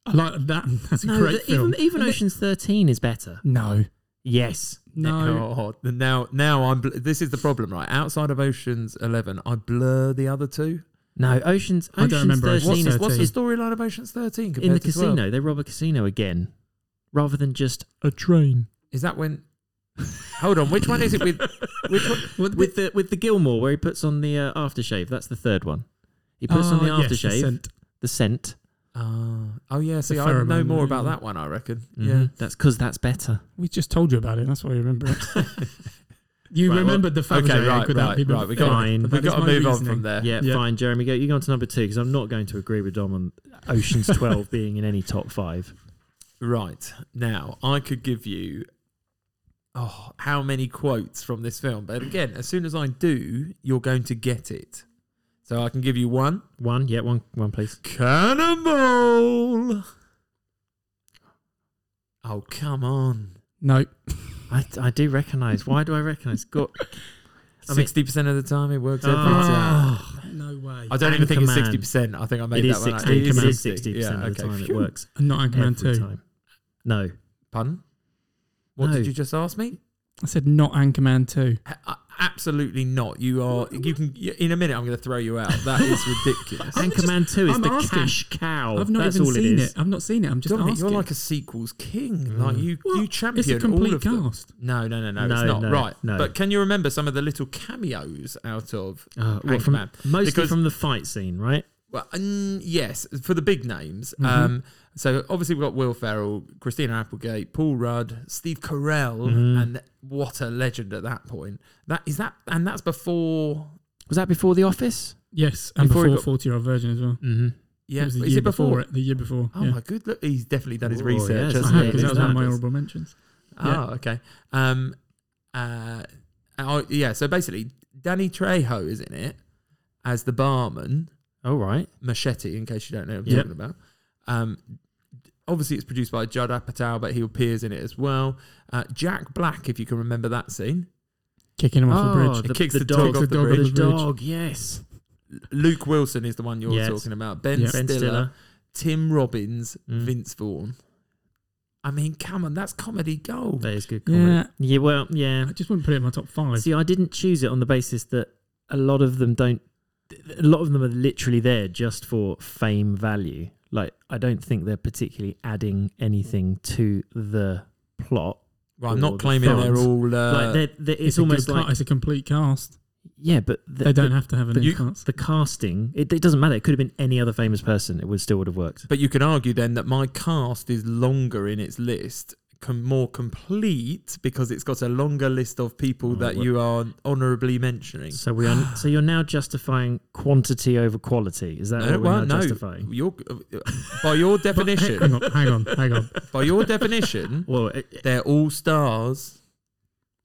[SPEAKER 2] I like that. [laughs] That's a
[SPEAKER 3] No,
[SPEAKER 2] great
[SPEAKER 3] the-
[SPEAKER 2] film.
[SPEAKER 3] even even
[SPEAKER 2] And it-
[SPEAKER 3] Ocean's Thirteen is better.
[SPEAKER 2] no,
[SPEAKER 3] Yes,
[SPEAKER 2] no,
[SPEAKER 1] God. Now, now I'm. Bl- this is the problem, right? Outside of Ocean's Eleven, I blur the other two.
[SPEAKER 3] no, Ocean's.
[SPEAKER 2] I
[SPEAKER 3] Ocean's
[SPEAKER 2] don't remember Ocean's
[SPEAKER 1] What's,
[SPEAKER 3] Thirteen is
[SPEAKER 2] 13.
[SPEAKER 1] what's the storyline of Ocean's Thirteen compared
[SPEAKER 3] in the
[SPEAKER 1] to 12?
[SPEAKER 3] casino. They rob a casino again, rather than just
[SPEAKER 2] a train.
[SPEAKER 1] Is that when? Hold on. Which one is it
[SPEAKER 3] [laughs]
[SPEAKER 1] with? Which one?
[SPEAKER 3] with, with the with the Gilmore where he puts on the uh, aftershave. That's the third one. He puts on the
[SPEAKER 2] Ah, yes, the
[SPEAKER 3] aftershave,
[SPEAKER 2] scent.
[SPEAKER 3] the scent.
[SPEAKER 1] Oh, oh yeah. See, I
[SPEAKER 2] pheromone,
[SPEAKER 1] know more
[SPEAKER 2] yeah,
[SPEAKER 1] about
[SPEAKER 2] yeah.
[SPEAKER 1] that one. I reckon.
[SPEAKER 3] Yeah,
[SPEAKER 1] Yeah.
[SPEAKER 3] that's because that's better.
[SPEAKER 2] We just told you about it. That's why you remember it. you
[SPEAKER 1] Right,
[SPEAKER 2] remembered the Fabergé
[SPEAKER 1] okay,
[SPEAKER 2] egg
[SPEAKER 1] right,
[SPEAKER 2] without
[SPEAKER 1] right,
[SPEAKER 2] people.
[SPEAKER 1] right, we
[SPEAKER 3] got-
[SPEAKER 2] thinking, but
[SPEAKER 1] We
[SPEAKER 2] that is
[SPEAKER 1] got to
[SPEAKER 2] my
[SPEAKER 1] move on
[SPEAKER 2] reasoning.
[SPEAKER 1] from there.
[SPEAKER 3] [laughs] Yeah,
[SPEAKER 2] Yeah.
[SPEAKER 3] fine, Jeremy. Go. You go on to number two because I'm not going to agree with Dom on
[SPEAKER 2] [laughs]
[SPEAKER 3] Ocean's Twelve being in any top five.
[SPEAKER 1] Right now, I could give you. Oh, how many quotes from this film? But again, as soon as I do, you're going to get it. So I can give you one.
[SPEAKER 3] One, yeah, one, one, please.
[SPEAKER 1] Cannonball. Oh come on!
[SPEAKER 2] No,
[SPEAKER 3] I, I do recognise. Why do I recognise? [laughs] Got I mean-
[SPEAKER 1] Sixty percent of the time it works every time.
[SPEAKER 3] Ah,
[SPEAKER 2] no way.
[SPEAKER 1] I don't even think it's
[SPEAKER 3] Anchorman.
[SPEAKER 1] sixty percent. I think I made
[SPEAKER 3] it
[SPEAKER 1] that
[SPEAKER 3] is
[SPEAKER 1] one. up.
[SPEAKER 3] sixty. It is
[SPEAKER 1] 60,
[SPEAKER 3] sixty
[SPEAKER 1] yeah,
[SPEAKER 3] percent of the
[SPEAKER 1] okay.
[SPEAKER 3] time it
[SPEAKER 1] Phew.
[SPEAKER 3] works.
[SPEAKER 2] I'm not Anchorman
[SPEAKER 3] Every
[SPEAKER 2] two.
[SPEAKER 3] time. No,
[SPEAKER 1] Pardon? What
[SPEAKER 3] No.
[SPEAKER 1] did you just ask me?
[SPEAKER 2] I said not Anchorman two.
[SPEAKER 1] H- I- uh, absolutely not. You are. You can. In a minute, I'm going to throw you out. [laughs] That is ridiculous.
[SPEAKER 3] Anchorman 2 is
[SPEAKER 2] I'm
[SPEAKER 3] the
[SPEAKER 2] asking.
[SPEAKER 3] cash
[SPEAKER 1] Oh,
[SPEAKER 3] cow.
[SPEAKER 2] I've not
[SPEAKER 3] That's
[SPEAKER 2] even
[SPEAKER 3] all
[SPEAKER 2] seen
[SPEAKER 3] it
[SPEAKER 2] it,
[SPEAKER 3] is.
[SPEAKER 2] I've not seen it. I'm just
[SPEAKER 1] Dominic,
[SPEAKER 2] asking.
[SPEAKER 1] you're like a sequels king. Like you,
[SPEAKER 2] Well,
[SPEAKER 1] you
[SPEAKER 2] it's a
[SPEAKER 1] champion all
[SPEAKER 2] complete
[SPEAKER 1] of them.
[SPEAKER 2] cast.
[SPEAKER 1] No, no, no, no,
[SPEAKER 3] No,
[SPEAKER 1] It's not
[SPEAKER 3] no,
[SPEAKER 1] right.
[SPEAKER 3] no.
[SPEAKER 1] But can you remember some of the little cameos out of?
[SPEAKER 3] Uh, well,
[SPEAKER 1] Anchorman.
[SPEAKER 3] from, mostly
[SPEAKER 1] Because-
[SPEAKER 3] from the fight scene, right?
[SPEAKER 1] Well, mm, yes, for the big names.
[SPEAKER 2] Mm-hmm.
[SPEAKER 1] Um, so obviously we've got Will Ferrell, Christina Applegate, Paul Rudd, Steve Carell,
[SPEAKER 2] Mm-hmm.
[SPEAKER 1] and what a legend at that point. That is that, and that's before.
[SPEAKER 3] Was that before The Office?
[SPEAKER 2] Yes, and
[SPEAKER 1] Before
[SPEAKER 2] before,
[SPEAKER 1] he got-
[SPEAKER 2] 40 Year Old Virgin as well.
[SPEAKER 3] Mm-hmm.
[SPEAKER 1] Yeah,
[SPEAKER 2] it was the
[SPEAKER 1] is
[SPEAKER 2] year
[SPEAKER 1] it before?
[SPEAKER 2] it? The year before.
[SPEAKER 1] Oh
[SPEAKER 2] yeah.
[SPEAKER 1] my good! Look, he's definitely done his
[SPEAKER 3] Oh,
[SPEAKER 1] research.
[SPEAKER 3] yes.
[SPEAKER 2] I
[SPEAKER 1] hasn't
[SPEAKER 2] have,
[SPEAKER 1] he?
[SPEAKER 2] because that was
[SPEAKER 1] These
[SPEAKER 2] one of my
[SPEAKER 1] numbers.
[SPEAKER 2] honourable mentions.
[SPEAKER 1] Oh, okay. Um, uh, oh, yeah. So basically, Danny Trejo is in it as the barman,
[SPEAKER 3] All Oh, right.
[SPEAKER 1] Machete. In case you don't know what I'm
[SPEAKER 3] Yep.
[SPEAKER 1] talking about. Um, obviously, it's produced by Judd Apatow, but he appears in it as well. Uh, Jack Black, if you can remember that scene.
[SPEAKER 2] Kicking him off the
[SPEAKER 3] Oh,
[SPEAKER 2] bridge.
[SPEAKER 1] It kicks the
[SPEAKER 3] dog,
[SPEAKER 1] dog off the
[SPEAKER 3] the
[SPEAKER 1] bridge.
[SPEAKER 3] dog, yes.
[SPEAKER 1] Luke Wilson is the one you're
[SPEAKER 3] Yes.
[SPEAKER 1] talking about. Ben,
[SPEAKER 2] Yeah.
[SPEAKER 1] Stiller,
[SPEAKER 3] Ben Stiller.
[SPEAKER 1] Tim Robbins,
[SPEAKER 3] Mm.
[SPEAKER 1] Vince Vaughn. I mean, come on, that's comedy gold.
[SPEAKER 3] That is good comedy.
[SPEAKER 2] Yeah,
[SPEAKER 3] Yeah, well, yeah.
[SPEAKER 2] I just wouldn't put it in my top five.
[SPEAKER 3] See, I didn't choose it on the basis that a lot of them don't. A lot of them are literally there just for fame value. Like, I don't think they're particularly adding anything to the plot.
[SPEAKER 1] Well, I'm not
[SPEAKER 3] Or the
[SPEAKER 1] claiming they're
[SPEAKER 3] front.
[SPEAKER 1] all. Uh,
[SPEAKER 3] like, they're, they're, it's,
[SPEAKER 2] a good
[SPEAKER 3] almost
[SPEAKER 2] ca-
[SPEAKER 3] like
[SPEAKER 2] it's a complete cast.
[SPEAKER 3] yeah, but the,
[SPEAKER 2] they don't
[SPEAKER 3] the,
[SPEAKER 2] have to have
[SPEAKER 3] but
[SPEAKER 2] any
[SPEAKER 3] you-
[SPEAKER 2] cast.
[SPEAKER 3] the casting. It, it doesn't matter. It could have been any other famous person. It would still would have worked.
[SPEAKER 1] But you could argue then that my cast is longer in its list, com- more complete because it's got a longer list of people
[SPEAKER 3] Oh,
[SPEAKER 1] that
[SPEAKER 3] well.
[SPEAKER 1] you are honourably mentioning.
[SPEAKER 3] So we [gasps] are. so you're now justifying quantity over quality. Is that
[SPEAKER 1] No,
[SPEAKER 3] what we're
[SPEAKER 1] well,
[SPEAKER 3] now
[SPEAKER 1] no.
[SPEAKER 3] justifying?
[SPEAKER 1] Your, [laughs] by your definition,
[SPEAKER 2] Hang on, hang on, hang on.
[SPEAKER 1] [laughs] by your
[SPEAKER 3] [laughs]
[SPEAKER 1] definition,
[SPEAKER 3] Well, it, it-
[SPEAKER 1] they're all stars.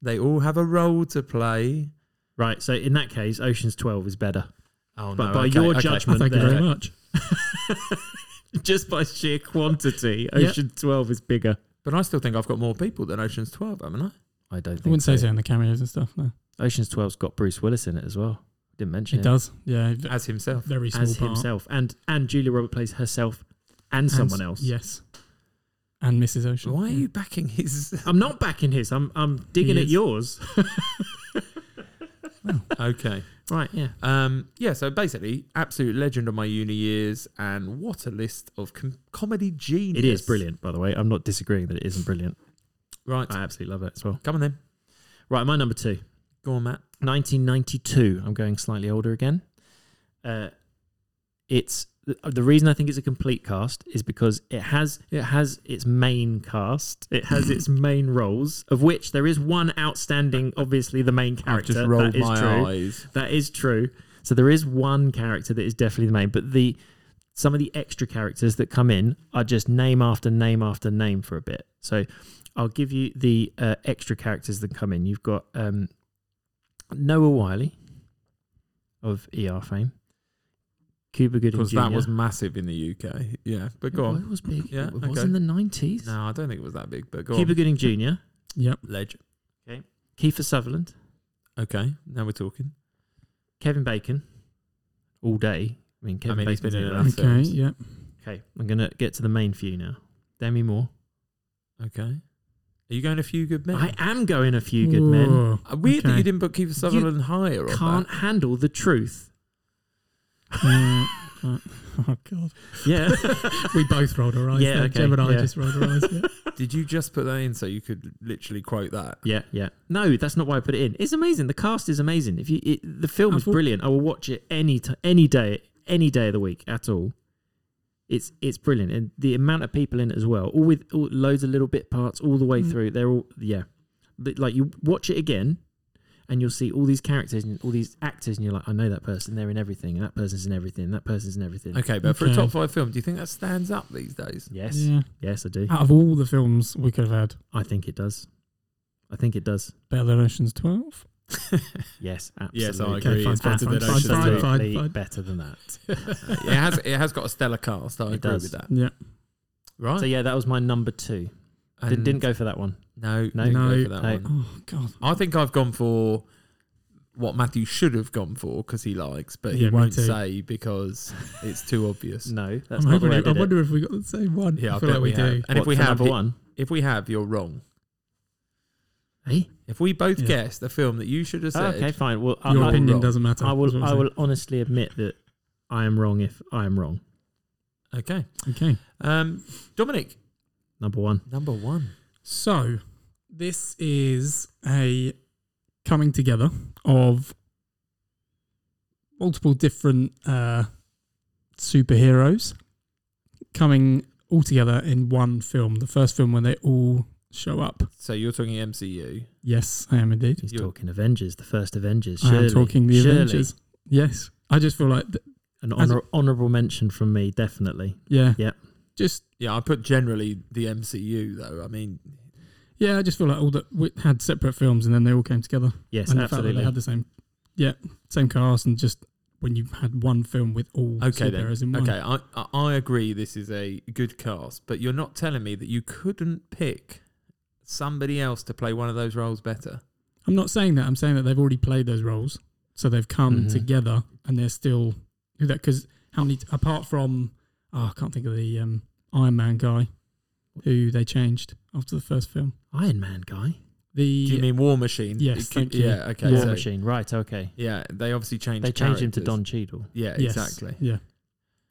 [SPEAKER 1] They all have a role to play.
[SPEAKER 3] right. So in that case, Ocean's Twelve is better. [laughs]
[SPEAKER 1] Oh,
[SPEAKER 3] But
[SPEAKER 1] no,
[SPEAKER 3] by
[SPEAKER 1] okay,
[SPEAKER 3] your
[SPEAKER 1] okay.
[SPEAKER 3] judgment-
[SPEAKER 2] Thank you very
[SPEAKER 3] There.
[SPEAKER 2] much.
[SPEAKER 3] Just by sheer quantity,
[SPEAKER 2] Yeah.
[SPEAKER 3] Ocean Twelve is bigger.
[SPEAKER 1] But I still think I've got more people than Ocean's Twelve, haven't I?
[SPEAKER 3] I don't. Think
[SPEAKER 2] I wouldn't say so in the cameos and stuff. No,
[SPEAKER 3] Ocean's Twelve's got Bruce Willis in it as well. Didn't mention
[SPEAKER 2] it
[SPEAKER 3] it,
[SPEAKER 2] does. Yeah, v-
[SPEAKER 1] As himself.
[SPEAKER 2] very small
[SPEAKER 3] as
[SPEAKER 2] part.
[SPEAKER 3] himself, and and Julia Roberts plays herself and,
[SPEAKER 2] And
[SPEAKER 3] someone
[SPEAKER 2] s-
[SPEAKER 3] else.
[SPEAKER 2] Yes, and Mrs. Ocean.
[SPEAKER 1] Why are
[SPEAKER 2] Yeah.
[SPEAKER 1] you backing
[SPEAKER 3] [laughs]
[SPEAKER 1] his?
[SPEAKER 3] I'm not backing his. I'm I'm digging
[SPEAKER 2] He
[SPEAKER 3] at
[SPEAKER 2] is.
[SPEAKER 3] yours.
[SPEAKER 1] okay.
[SPEAKER 3] right. Yeah.
[SPEAKER 1] Um, yeah, so basically, absolute legend of my uni years, and what a list of com- comedy genius.
[SPEAKER 3] It is brilliant, Uh, by the way. I'm not disagreeing that it isn't brilliant.
[SPEAKER 1] Right,
[SPEAKER 3] I absolutely love it as well.
[SPEAKER 1] come on then.
[SPEAKER 3] Right, my number two.
[SPEAKER 1] Go on, Matt.
[SPEAKER 3] 1992. I'm going slightly older again. Uh, it's the- the reason I think it's a complete cast is because it has it has its main cast. It has [laughs] its main roles, of which there is one outstanding, obviously the main
[SPEAKER 1] I've
[SPEAKER 3] character.
[SPEAKER 1] just rolled
[SPEAKER 3] that is
[SPEAKER 1] my
[SPEAKER 3] true.
[SPEAKER 1] eyes.
[SPEAKER 3] That is true. So there is one character that is definitely the main, but the some of the extra characters that come in are just name after name after name for a bit. So I'll give you the uh, extra characters that come in. You've got um, Noah Wiley of ER fame, Cuba Gooding
[SPEAKER 1] Because
[SPEAKER 3] Jr.
[SPEAKER 1] that was massive in the UK. Yeah, but go on.
[SPEAKER 3] It was big.
[SPEAKER 1] Yeah,
[SPEAKER 3] it was
[SPEAKER 1] okay.
[SPEAKER 3] in the nineties.
[SPEAKER 1] No, I don't think it was that big, but go
[SPEAKER 3] Cuba
[SPEAKER 1] on. [laughs]
[SPEAKER 3] Gooding Jr.
[SPEAKER 2] Yep.
[SPEAKER 1] Legend.
[SPEAKER 3] Kiefer Sutherland,
[SPEAKER 1] Okay, now we're talking.
[SPEAKER 3] Kevin Bacon, all day. I mean, Kevin
[SPEAKER 1] mean, he's
[SPEAKER 3] Bacon's
[SPEAKER 1] been in
[SPEAKER 3] in
[SPEAKER 1] and
[SPEAKER 3] it.
[SPEAKER 1] out. That's
[SPEAKER 2] Okay.
[SPEAKER 1] it.
[SPEAKER 2] Yep.
[SPEAKER 3] Okay, I'm gonna get to the main few now. Demi Moore.
[SPEAKER 1] Okay. Are you going a few good men?
[SPEAKER 3] I am going a few good men.
[SPEAKER 2] Whoa, [laughs]
[SPEAKER 1] Uh, Weird that
[SPEAKER 2] okay.
[SPEAKER 1] you didn't put Kiefer Sutherland higher. on
[SPEAKER 3] Can't handle the truth.
[SPEAKER 2] Mm, uh, oh god.
[SPEAKER 3] [laughs] Yeah.
[SPEAKER 2] [laughs] We both rolled our eyes.
[SPEAKER 3] Yeah,
[SPEAKER 2] there.
[SPEAKER 3] okay,
[SPEAKER 2] Gem and I
[SPEAKER 3] yeah.
[SPEAKER 2] just rolled our eyes. Yeah.
[SPEAKER 1] that. [laughs] Did you just put that in so you could literally quote that?
[SPEAKER 3] yeah, yeah. No, that's not why I put it in. It's amazing. The cast is amazing. If you it, the film
[SPEAKER 2] I
[SPEAKER 3] is
[SPEAKER 2] thought-
[SPEAKER 3] brilliant. I will watch it any t- any day any day of the week at all. It's it's brilliant. And the amount of people in it as well. All with all, loads of little bit parts all the way
[SPEAKER 2] Mm.
[SPEAKER 3] through. They're all yeah. But, Like you watch it again and you'll see all these characters and all these actors and you're like I know that person. They're in everything. And that person's in everything. And that person's in everything.
[SPEAKER 1] Okay, but for a
[SPEAKER 2] Okay.
[SPEAKER 1] top five film, do you think that stands up these days?
[SPEAKER 3] [laughs] Yes.
[SPEAKER 2] yeah. Ah.
[SPEAKER 3] Yes, I do.
[SPEAKER 2] Out of all the films we could have had,
[SPEAKER 3] I think it does. I think it does.
[SPEAKER 2] Better Than Ocean's Twelve.
[SPEAKER 3] [laughs] Yes, absolutely.
[SPEAKER 1] Yes, I
[SPEAKER 2] agree. It's better than Ocean's Twelve.
[SPEAKER 3] Absolutely
[SPEAKER 2] Fine, fine, fine.
[SPEAKER 3] better than that.
[SPEAKER 1] it has. It has got a stellar cast. I
[SPEAKER 3] It
[SPEAKER 1] agree
[SPEAKER 3] does.
[SPEAKER 1] with that.
[SPEAKER 2] Yeah.
[SPEAKER 1] Right.
[SPEAKER 3] So yeah, that was my number two. Did,
[SPEAKER 1] And-
[SPEAKER 3] didn't go for that one.
[SPEAKER 1] No,
[SPEAKER 3] No.
[SPEAKER 1] didn't go
[SPEAKER 2] No,
[SPEAKER 1] for that
[SPEAKER 3] no.
[SPEAKER 1] one.
[SPEAKER 2] Oh god.
[SPEAKER 1] I think I've gone for what Matthew should have gone for because he likes, but he
[SPEAKER 2] Yeah, me
[SPEAKER 1] won't
[SPEAKER 2] too.
[SPEAKER 1] say because it's too obvious.
[SPEAKER 3] No, that's
[SPEAKER 2] I'm
[SPEAKER 3] not the
[SPEAKER 2] hoping
[SPEAKER 3] way I
[SPEAKER 2] I,
[SPEAKER 3] did it.
[SPEAKER 2] wonder if we got the same one.
[SPEAKER 1] Yeah, I,
[SPEAKER 2] I feel
[SPEAKER 1] bet
[SPEAKER 2] like
[SPEAKER 1] we,
[SPEAKER 2] we,
[SPEAKER 1] have.
[SPEAKER 2] do.
[SPEAKER 1] And if
[SPEAKER 3] What,
[SPEAKER 1] we
[SPEAKER 3] for
[SPEAKER 1] have,
[SPEAKER 3] number
[SPEAKER 1] it-
[SPEAKER 3] one,
[SPEAKER 1] if we have, you're wrong.
[SPEAKER 3] Eh?
[SPEAKER 1] If we both
[SPEAKER 2] Yeah.
[SPEAKER 1] guessed a film that you should have
[SPEAKER 3] Oh,
[SPEAKER 1] said,
[SPEAKER 3] okay, fine. Well, I,
[SPEAKER 2] Your
[SPEAKER 1] I'll
[SPEAKER 3] I,
[SPEAKER 2] opinion
[SPEAKER 1] roll.
[SPEAKER 2] doesn't matter.
[SPEAKER 3] I
[SPEAKER 2] that's what
[SPEAKER 3] will.
[SPEAKER 2] I'm
[SPEAKER 3] I
[SPEAKER 2] saying.
[SPEAKER 3] will honestly admit that I am wrong. If I am wrong,
[SPEAKER 1] okay.
[SPEAKER 2] Okay.
[SPEAKER 1] Um, Dominic,
[SPEAKER 3] number one.
[SPEAKER 1] number one.
[SPEAKER 2] So, this is a coming together of multiple different uh, superheroes coming all together in one film. The first film when they all show up.
[SPEAKER 1] So you're talking MCU.
[SPEAKER 2] Yes, I am indeed.
[SPEAKER 3] He's
[SPEAKER 1] You're-
[SPEAKER 3] talking Avengers, the first Avengers.
[SPEAKER 2] I
[SPEAKER 3] Surely,
[SPEAKER 2] am talking the
[SPEAKER 3] surely.
[SPEAKER 2] Avengers. Yes. I just feel like, th-
[SPEAKER 3] An
[SPEAKER 2] As a-
[SPEAKER 3] honor, honourable mention from me, definitely.
[SPEAKER 2] yeah.
[SPEAKER 3] Yep.
[SPEAKER 2] Just
[SPEAKER 1] Yeah, I put generally the MCU though. I mean,
[SPEAKER 2] yeah, I just feel like all that we had separate films and then they all came together.
[SPEAKER 3] Yes,
[SPEAKER 2] and the fact that
[SPEAKER 3] absolutely.
[SPEAKER 2] they had the same, yeah, same cast and just when you had one film with all
[SPEAKER 1] okay then.
[SPEAKER 2] superheroes in one.
[SPEAKER 1] Okay, I, I I agree. This is a good cast, but you're not telling me that you couldn't pick somebody else to play one of those roles better.
[SPEAKER 2] I'm not saying that. I'm saying that they've already played those roles, so they've
[SPEAKER 1] Mm-hmm.
[SPEAKER 2] come
[SPEAKER 3] Mhm.
[SPEAKER 2] together and they're still do that because how many apart from oh, I can't think of the um, Iron Man guy who they changed after the first film.
[SPEAKER 3] Iron Man guy.
[SPEAKER 2] The
[SPEAKER 1] Do you mean War Machine?
[SPEAKER 2] Yes,
[SPEAKER 1] It could-
[SPEAKER 2] thank you.
[SPEAKER 1] Yeah. Okay.
[SPEAKER 3] War
[SPEAKER 1] so-
[SPEAKER 3] Machine. Right. Okay.
[SPEAKER 1] Yeah, they obviously changed.
[SPEAKER 3] They changed him to
[SPEAKER 1] characters.
[SPEAKER 3] Don Cheadle.
[SPEAKER 1] Yeah,
[SPEAKER 2] yes,
[SPEAKER 1] exactly.
[SPEAKER 2] yeah,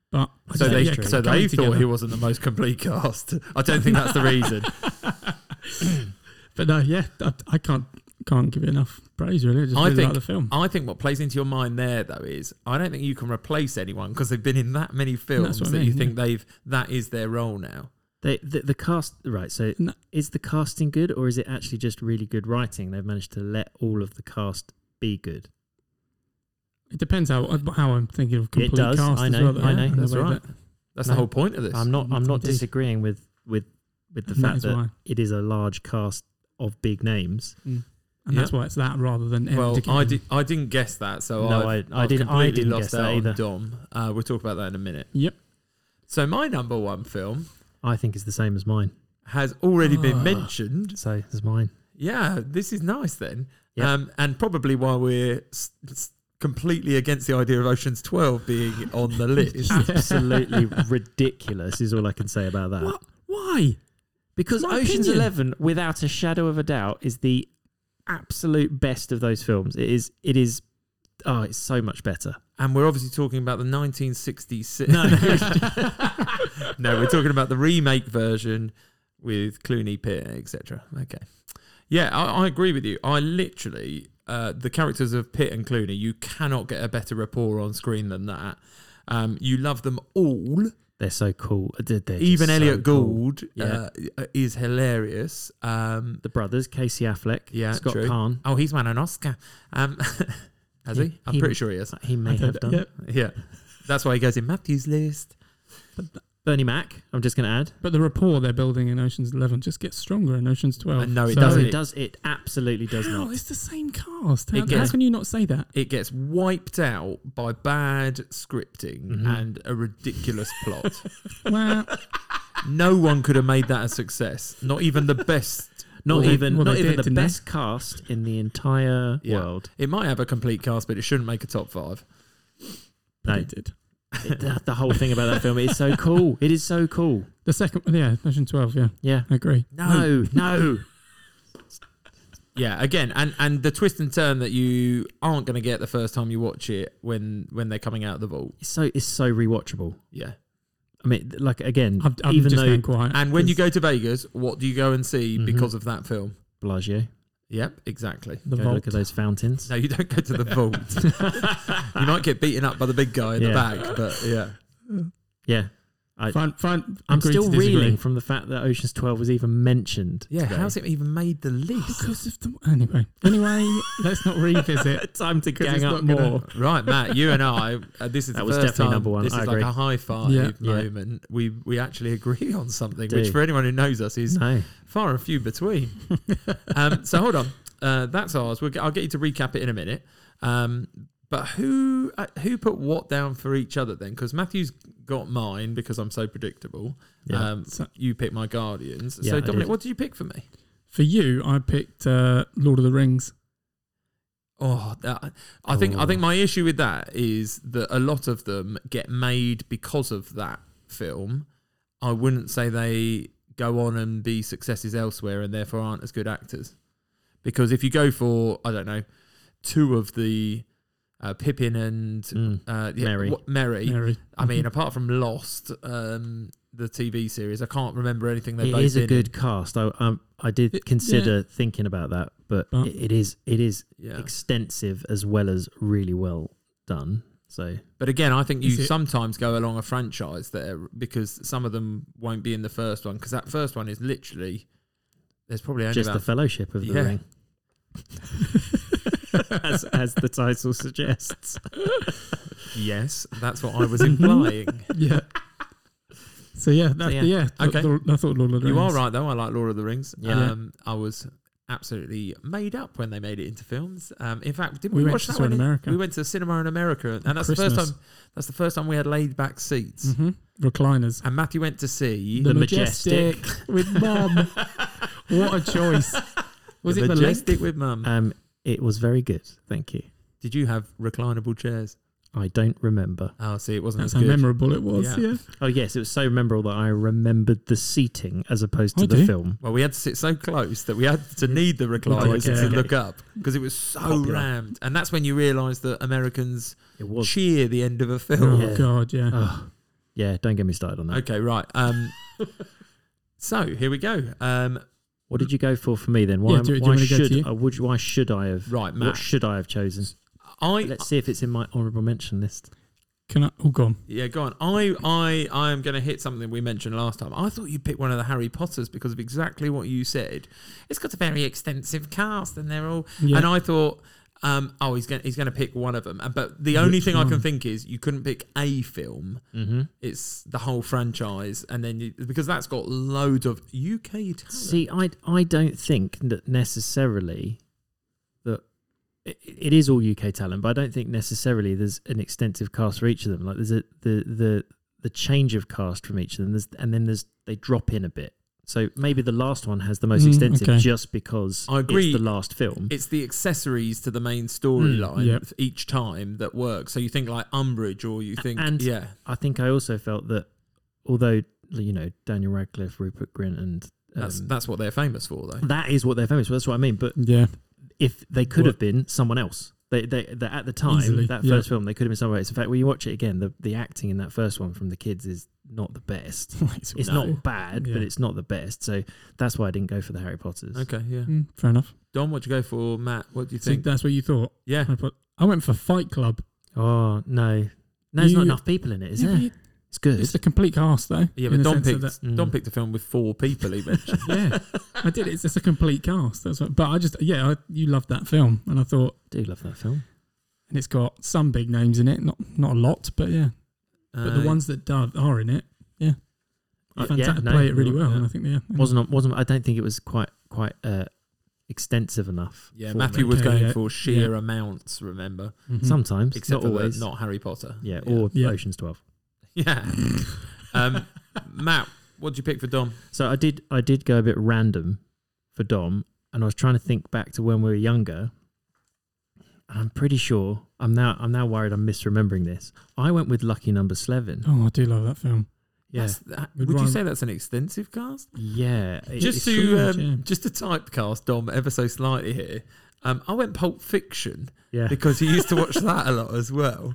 [SPEAKER 2] but I
[SPEAKER 1] So
[SPEAKER 2] just-
[SPEAKER 1] they
[SPEAKER 2] yeah,
[SPEAKER 1] so
[SPEAKER 2] coming
[SPEAKER 1] they thought
[SPEAKER 2] together.
[SPEAKER 1] he wasn't the most complete cast. I don't think that's the reason.
[SPEAKER 2] [laughs]
[SPEAKER 1] [coughs]
[SPEAKER 2] but no, yeah, I, I can't can't give it enough praise really. I just
[SPEAKER 1] I
[SPEAKER 2] really
[SPEAKER 1] think-
[SPEAKER 2] like the film.
[SPEAKER 1] [laughs] I think what plays into your mind there though is I don't think you can replace anyone because they've been in that many films
[SPEAKER 2] what I
[SPEAKER 1] that you
[SPEAKER 2] mean,
[SPEAKER 1] think they've that is their role now.
[SPEAKER 3] They the, the cast. Right. So
[SPEAKER 2] No.
[SPEAKER 3] is the casting good, or is it actually just really good writing? They've managed to let all of the cast be good.
[SPEAKER 2] It depends how how I'm thinking of complete
[SPEAKER 3] does,
[SPEAKER 2] cast
[SPEAKER 3] I
[SPEAKER 2] as
[SPEAKER 3] know,
[SPEAKER 2] well.
[SPEAKER 3] I
[SPEAKER 2] yeah,
[SPEAKER 3] know,
[SPEAKER 2] and the
[SPEAKER 1] that's
[SPEAKER 2] way
[SPEAKER 1] right.
[SPEAKER 2] that-
[SPEAKER 1] That's
[SPEAKER 3] No,
[SPEAKER 1] the whole point of this.
[SPEAKER 3] I'm not. I'm not
[SPEAKER 2] Indeed.
[SPEAKER 3] disagreeing with with with the
[SPEAKER 2] and that
[SPEAKER 3] fact
[SPEAKER 2] is
[SPEAKER 3] that
[SPEAKER 2] why,
[SPEAKER 3] it is a large cast of big names.
[SPEAKER 2] and that's why it's that rather than Em
[SPEAKER 1] well, I
[SPEAKER 2] Dickinson.
[SPEAKER 1] did. I didn't guess that, so
[SPEAKER 3] No,
[SPEAKER 1] Oh, I've,
[SPEAKER 3] I- I
[SPEAKER 1] I've
[SPEAKER 3] didn't- I
[SPEAKER 1] Completely
[SPEAKER 3] didn't
[SPEAKER 1] lost
[SPEAKER 3] guess that
[SPEAKER 1] out on
[SPEAKER 3] either.
[SPEAKER 1] Dom, uh, we'll talk about that in a minute.
[SPEAKER 2] Yep.
[SPEAKER 1] So my number one film
[SPEAKER 3] I think is the same as mine.
[SPEAKER 1] has already been
[SPEAKER 2] Ah.
[SPEAKER 1] mentioned.
[SPEAKER 3] So
[SPEAKER 1] [laughs]
[SPEAKER 3] is mine.
[SPEAKER 1] Yeah, this is nice then.
[SPEAKER 3] Yeah.
[SPEAKER 1] Um, and probably why we're s- s- completely against the idea of Ocean's Twelve being on
[SPEAKER 3] [laughs]
[SPEAKER 1] the list.
[SPEAKER 3] Absolutely ridiculous is all I can say about that.
[SPEAKER 2] What? Why?
[SPEAKER 3] Because
[SPEAKER 2] My
[SPEAKER 3] Ocean's
[SPEAKER 2] opinion.
[SPEAKER 3] Eleven, without a shadow of a doubt, is the absolute best of those films. It is. It is. Oh, it's so much better.
[SPEAKER 1] And we're obviously talking about the 1966.
[SPEAKER 3] [laughs] No.
[SPEAKER 1] [laughs] no, we're talking about the remake version with Clooney, Pitt, etc. Okay. Yeah, I, I agree with you. I literally, uh, the characters of Pitt and Clooney, you cannot get a better rapport on screen than that. Um, you love them all.
[SPEAKER 3] They're so cool. They're- they're just
[SPEAKER 1] Even
[SPEAKER 3] so
[SPEAKER 1] Elliot
[SPEAKER 3] cool.
[SPEAKER 1] Gould uh, is hilarious. Um,
[SPEAKER 3] the brothers, Casey Affleck,
[SPEAKER 1] Yeah,
[SPEAKER 3] Scott
[SPEAKER 1] true.
[SPEAKER 3] Kahn.
[SPEAKER 1] oh, he's won an Oscar. Um, [laughs] has he? I'm
[SPEAKER 3] He-
[SPEAKER 1] pretty sure he has.
[SPEAKER 3] He may
[SPEAKER 2] don't-
[SPEAKER 3] have done.
[SPEAKER 2] yeah.
[SPEAKER 1] Yeah. That's why he goes in Matthew's list.
[SPEAKER 3] Bernie Mac. I'm just going to add.
[SPEAKER 2] But the rapport they're building in Ocean's Eleven just gets stronger in Ocean's Twelve.
[SPEAKER 1] And no, it
[SPEAKER 3] Does
[SPEAKER 1] doesn't.
[SPEAKER 2] [laughs]
[SPEAKER 3] it? Does it? Absolutely does
[SPEAKER 2] How?
[SPEAKER 3] not.
[SPEAKER 2] It's the same cast.
[SPEAKER 1] It
[SPEAKER 2] How, how
[SPEAKER 1] gets-
[SPEAKER 2] can you not
[SPEAKER 1] [laughs]
[SPEAKER 2] say that?
[SPEAKER 1] it gets wiped out by bad scripting
[SPEAKER 3] Mhm.
[SPEAKER 1] and a ridiculous
[SPEAKER 3] [laughs]
[SPEAKER 1] plot.
[SPEAKER 2] Well,
[SPEAKER 1] no one could have made that a success. Not even the best.
[SPEAKER 3] Not
[SPEAKER 2] Well, they-
[SPEAKER 3] even.
[SPEAKER 2] well,
[SPEAKER 3] not
[SPEAKER 2] they
[SPEAKER 3] even
[SPEAKER 2] did,
[SPEAKER 3] the
[SPEAKER 2] didn't they?
[SPEAKER 3] best cast in the entire
[SPEAKER 1] Yeah.
[SPEAKER 3] world.
[SPEAKER 1] It might have a complete cast, but it shouldn't make a top five.
[SPEAKER 2] but
[SPEAKER 3] No.
[SPEAKER 2] it did.
[SPEAKER 3] It- the- the whole thing about that film is so cool. It is so cool.
[SPEAKER 2] The second, yeah, Ocean's Twelve. Yeah,
[SPEAKER 3] Yeah.
[SPEAKER 2] I agree.
[SPEAKER 3] No. No.
[SPEAKER 1] Yeah, again, and and the twist and turn that you aren't going to get the first time you watch it when when they're coming out of the vault.
[SPEAKER 3] It's so. It's so rewatchable.
[SPEAKER 1] Yeah,
[SPEAKER 3] I mean, like again,
[SPEAKER 2] I've, I've
[SPEAKER 3] even
[SPEAKER 2] just
[SPEAKER 3] though
[SPEAKER 2] gone quiet.
[SPEAKER 1] and when you
[SPEAKER 2] 'cause
[SPEAKER 1] go to Vegas, what do you go and see
[SPEAKER 3] Mhm.
[SPEAKER 1] because of that film?
[SPEAKER 3] Bellagio,
[SPEAKER 1] Yep, exactly.
[SPEAKER 2] the
[SPEAKER 3] go
[SPEAKER 2] vault,
[SPEAKER 3] look at those fountains.
[SPEAKER 1] No, you don't go to the vault. you might get beaten up by the big guy in the
[SPEAKER 3] Yeah.
[SPEAKER 1] back, but yeah.
[SPEAKER 3] Yeah, I,
[SPEAKER 2] fine, fine,
[SPEAKER 3] I'm
[SPEAKER 2] agree
[SPEAKER 3] still
[SPEAKER 2] to disagree.
[SPEAKER 3] reeling from the fact that Ocean's Twelve was even mentioned.
[SPEAKER 1] Yeah,
[SPEAKER 3] today. [laughs]
[SPEAKER 1] how's it even made the list?
[SPEAKER 2] [laughs] Because of the
[SPEAKER 1] [laughs]
[SPEAKER 2] anyway, anyway, let's not revisit.
[SPEAKER 3] time to
[SPEAKER 2] 'Cause
[SPEAKER 3] gang
[SPEAKER 2] it's
[SPEAKER 3] up
[SPEAKER 2] not gonna-
[SPEAKER 3] [laughs] more?
[SPEAKER 1] Right, Matt, you and I, uh, this is
[SPEAKER 3] That
[SPEAKER 1] the
[SPEAKER 3] was
[SPEAKER 1] first
[SPEAKER 3] definitely
[SPEAKER 1] time-
[SPEAKER 3] number one,
[SPEAKER 1] This
[SPEAKER 3] I
[SPEAKER 1] is
[SPEAKER 3] agree.
[SPEAKER 1] like a high five
[SPEAKER 2] Yeah.
[SPEAKER 3] Yeah.
[SPEAKER 1] moment. We we actually agree on something,
[SPEAKER 3] Do.
[SPEAKER 1] which for anyone who knows us is
[SPEAKER 3] No,
[SPEAKER 1] far and few
[SPEAKER 3] [laughs]
[SPEAKER 1] between. um, so hold on, uh, that's ours. We'll, get- I'll get you to recap it in a minute. Um, but who uh, who put what down for each other then? Because Matthew's got mine because I'm so predictable.
[SPEAKER 3] yeah.
[SPEAKER 1] Um,
[SPEAKER 2] So-
[SPEAKER 1] you picked my Guardians.
[SPEAKER 3] Yeah, I
[SPEAKER 1] so Dominic,
[SPEAKER 3] did.
[SPEAKER 1] what did you pick for me?
[SPEAKER 2] For you, I picked uh, Lord of the Rings.
[SPEAKER 1] Oh, that, I think I think my issue with that is that a lot of them get made because of that film. I wouldn't say they go on and be successes elsewhere, and therefore aren't as good actors. Because if you go for, I don't know, two of the uh, Pippin and
[SPEAKER 3] Mm.
[SPEAKER 1] uh,
[SPEAKER 3] Merry.
[SPEAKER 1] what- Merry,
[SPEAKER 2] Mary.
[SPEAKER 1] I
[SPEAKER 3] Mm-hmm.
[SPEAKER 1] mean, apart from Lost, um, the TV series, I can't remember anything they've
[SPEAKER 3] It
[SPEAKER 1] both
[SPEAKER 3] is
[SPEAKER 1] been
[SPEAKER 3] a good cast. I um, I did
[SPEAKER 2] It-
[SPEAKER 3] consider thinking about that, but
[SPEAKER 2] But-
[SPEAKER 3] it- it is it is
[SPEAKER 1] in. Yeah.
[SPEAKER 3] extensive as well as really well done. So
[SPEAKER 1] But again, I think you
[SPEAKER 2] Is it-
[SPEAKER 1] sometimes go along a franchise there because some of them won't be in the first one because that first one is literally there's probably only
[SPEAKER 3] just the
[SPEAKER 1] about
[SPEAKER 3] fellowship of the
[SPEAKER 1] Yeah.
[SPEAKER 3] ring.
[SPEAKER 2] [laughs]
[SPEAKER 3] as as the title suggests.
[SPEAKER 1] yes, that's what I was implying. [laughs]
[SPEAKER 2] yeah. So yeah, that,
[SPEAKER 1] yeah.
[SPEAKER 2] yeah. th-
[SPEAKER 1] Okay.
[SPEAKER 2] th- I thought Lord of [laughs] the
[SPEAKER 1] you are
[SPEAKER 2] Rings.
[SPEAKER 1] right though. I like Lord of the Rings.
[SPEAKER 3] Yeah.
[SPEAKER 1] Um, I was absolutely made up when they made it into films. Um, in fact, didn't
[SPEAKER 2] We
[SPEAKER 1] we,
[SPEAKER 2] went
[SPEAKER 1] watch
[SPEAKER 2] to
[SPEAKER 1] that
[SPEAKER 2] saw it in
[SPEAKER 1] one?
[SPEAKER 2] America.
[SPEAKER 1] We went to cinema in America, and that's the
[SPEAKER 2] Christmas.
[SPEAKER 1] first time. That's the first time we had laid back seats.
[SPEAKER 2] Mhm. Recliners.
[SPEAKER 1] And Matthew went to see
[SPEAKER 3] The Majestic.
[SPEAKER 2] [laughs] with mum. what a choice. Was
[SPEAKER 1] the
[SPEAKER 2] it
[SPEAKER 1] Majestic
[SPEAKER 2] the
[SPEAKER 1] with Mum.
[SPEAKER 3] [laughs] Um, it was very good. Thank you.
[SPEAKER 1] Did you have reclinable chairs?
[SPEAKER 3] I don't remember.
[SPEAKER 1] Oh, see, it wasn't
[SPEAKER 2] That's
[SPEAKER 1] as
[SPEAKER 2] how
[SPEAKER 1] good.
[SPEAKER 2] memorable it was.
[SPEAKER 1] Yeah.
[SPEAKER 2] Yeah.
[SPEAKER 3] Oh yes, it was so memorable that I remembered the seating as opposed to
[SPEAKER 2] I
[SPEAKER 3] the
[SPEAKER 2] do.
[SPEAKER 3] film.
[SPEAKER 1] Well, we had to sit so close that we had to need the recliners to
[SPEAKER 2] Okay.
[SPEAKER 1] look up because it was so
[SPEAKER 3] Popular.
[SPEAKER 1] rammed. And that's when you realise that Americans
[SPEAKER 3] It was.
[SPEAKER 1] cheer the end of a film.
[SPEAKER 2] Oh
[SPEAKER 3] Yeah.
[SPEAKER 2] god, yeah.
[SPEAKER 3] Oh, yeah, don't get me started on that.
[SPEAKER 1] Okay, right. Um, so here we go. Um,
[SPEAKER 3] What did you go for for me then? Why,
[SPEAKER 2] Yeah, do- do you
[SPEAKER 3] why
[SPEAKER 2] want me to go to
[SPEAKER 3] should
[SPEAKER 2] you?
[SPEAKER 3] I would why should I have
[SPEAKER 1] right,
[SPEAKER 3] what
[SPEAKER 1] Matt.
[SPEAKER 3] should I have chosen?
[SPEAKER 1] I
[SPEAKER 3] Let's see if it's in my honourable mention list.
[SPEAKER 2] Can I oh gone.
[SPEAKER 1] yeah, go on. I I I am going to hit something we mentioned last time. I thought you picked one of the Harry Potters because of exactly what you said. It's got a very extensive cast, and they're all
[SPEAKER 2] Yeah.
[SPEAKER 1] And I thought, um, oh, he's going to he's going to pick one of them. And But the only
[SPEAKER 2] Which
[SPEAKER 1] thing I can
[SPEAKER 2] one?
[SPEAKER 1] think is you couldn't pick a film.
[SPEAKER 3] Mm-hmm.
[SPEAKER 1] It's the whole franchise, and then you, because that's got loads of UK talent.
[SPEAKER 3] See, I I don't think that necessarily that it, it is all UK talent, but I don't think necessarily there's an extensive cast for each of them. Like there's a the the the change of cast from each of them, there's, and then there's they drop in a bit. So maybe the last one has the most
[SPEAKER 2] Mm,
[SPEAKER 3] extensive,
[SPEAKER 2] okay.
[SPEAKER 3] just because
[SPEAKER 1] I agree.
[SPEAKER 3] it's the last film.
[SPEAKER 1] it's the accessories to the main storyline
[SPEAKER 2] Mm, yep.
[SPEAKER 1] each time that work. So you think like Umbridge, or you think
[SPEAKER 3] and-
[SPEAKER 1] yeah,
[SPEAKER 3] I think I also felt that although you know Daniel Radcliffe, Rupert Grint, and um,
[SPEAKER 1] that's that's what they're famous for though.
[SPEAKER 3] that is what they're famous for. That's what I mean. But
[SPEAKER 2] Yeah. [laughs]
[SPEAKER 3] if they could
[SPEAKER 2] What-
[SPEAKER 3] have been someone else. They, they, they at the time
[SPEAKER 2] Easily,
[SPEAKER 3] that
[SPEAKER 2] yeah.
[SPEAKER 3] first film they could have been someone else. In fact, when you watch it again, the, the acting in that first one from the kids is not the best. It's not bad,
[SPEAKER 2] Yeah.
[SPEAKER 3] but it's not the best. So that's why I didn't go for the Harry Potters.
[SPEAKER 1] Okay, yeah.
[SPEAKER 2] Mm, fair enough.
[SPEAKER 1] Don, what'd you go for, Matt? What do you
[SPEAKER 2] So
[SPEAKER 1] think?
[SPEAKER 2] that's what you thought.
[SPEAKER 1] yeah,
[SPEAKER 2] I put- I went for Fight Club.
[SPEAKER 3] Oh no, no, there's not
[SPEAKER 2] You-
[SPEAKER 3] enough people in it, is
[SPEAKER 2] Yeah,
[SPEAKER 3] there?
[SPEAKER 2] but you-
[SPEAKER 3] It's good.
[SPEAKER 2] It's a [laughs] complete cast though.
[SPEAKER 1] yeah.
[SPEAKER 2] in
[SPEAKER 1] But
[SPEAKER 2] the
[SPEAKER 1] Don
[SPEAKER 2] sense
[SPEAKER 1] picked
[SPEAKER 2] of that-
[SPEAKER 1] Don
[SPEAKER 3] Mm.
[SPEAKER 1] picked a film with four people.
[SPEAKER 2] [laughs]
[SPEAKER 1] He mentioned.
[SPEAKER 2] yeah, I did. It's just a complete cast. That's what, but I just yeah, I, you loved that film, and I thought,
[SPEAKER 3] do love that film.
[SPEAKER 2] and it's got some big names in it. Not not a lot, but yeah. But
[SPEAKER 1] Uh,
[SPEAKER 2] the ones that do- are in it, yeah,
[SPEAKER 3] Uh,
[SPEAKER 2] Fanta-
[SPEAKER 3] yeah, no,
[SPEAKER 2] play it really
[SPEAKER 3] you're
[SPEAKER 2] well.
[SPEAKER 1] right,
[SPEAKER 2] And I think yeah, and-
[SPEAKER 3] Wasn't on- wasn't. I don't think it was quite quite uh, extensive enough.
[SPEAKER 1] Yeah,
[SPEAKER 3] for
[SPEAKER 1] Matthew
[SPEAKER 3] me.
[SPEAKER 1] was
[SPEAKER 2] Okay,
[SPEAKER 1] going
[SPEAKER 2] yeah,
[SPEAKER 1] for sheer amounts. Remember,
[SPEAKER 2] Mhm.
[SPEAKER 3] sometimes,
[SPEAKER 1] except
[SPEAKER 3] not
[SPEAKER 1] for
[SPEAKER 3] always.
[SPEAKER 1] the, not Harry Potter.
[SPEAKER 3] yeah, or
[SPEAKER 2] Yeah.
[SPEAKER 3] Ocean's Twelve.
[SPEAKER 1] [laughs] yeah.
[SPEAKER 2] [laughs]
[SPEAKER 1] um, Matt, what would you pick for Dom?
[SPEAKER 3] So I did I did go a bit random for Dom, and I was trying to think back to when we were younger. And I'm pretty sure I'm now I'm now worried I'm misremembering this. I went with lucky number
[SPEAKER 2] [gasps]
[SPEAKER 3] seven.
[SPEAKER 2] Oh, I do love that film.
[SPEAKER 3] yeah,
[SPEAKER 1] That's- that-
[SPEAKER 2] We'd
[SPEAKER 1] would you
[SPEAKER 2] rather-
[SPEAKER 1] say that's an extensive cast?
[SPEAKER 3] yeah. it-
[SPEAKER 1] Just
[SPEAKER 3] it's-
[SPEAKER 1] to
[SPEAKER 2] huge,
[SPEAKER 1] um,
[SPEAKER 2] yeah.
[SPEAKER 1] just to typecast Dom ever so slightly here. Um, I went Pulp Fiction
[SPEAKER 3] [laughs] yeah.
[SPEAKER 1] because he used to watch that a lot as
[SPEAKER 3] [laughs]
[SPEAKER 1] well.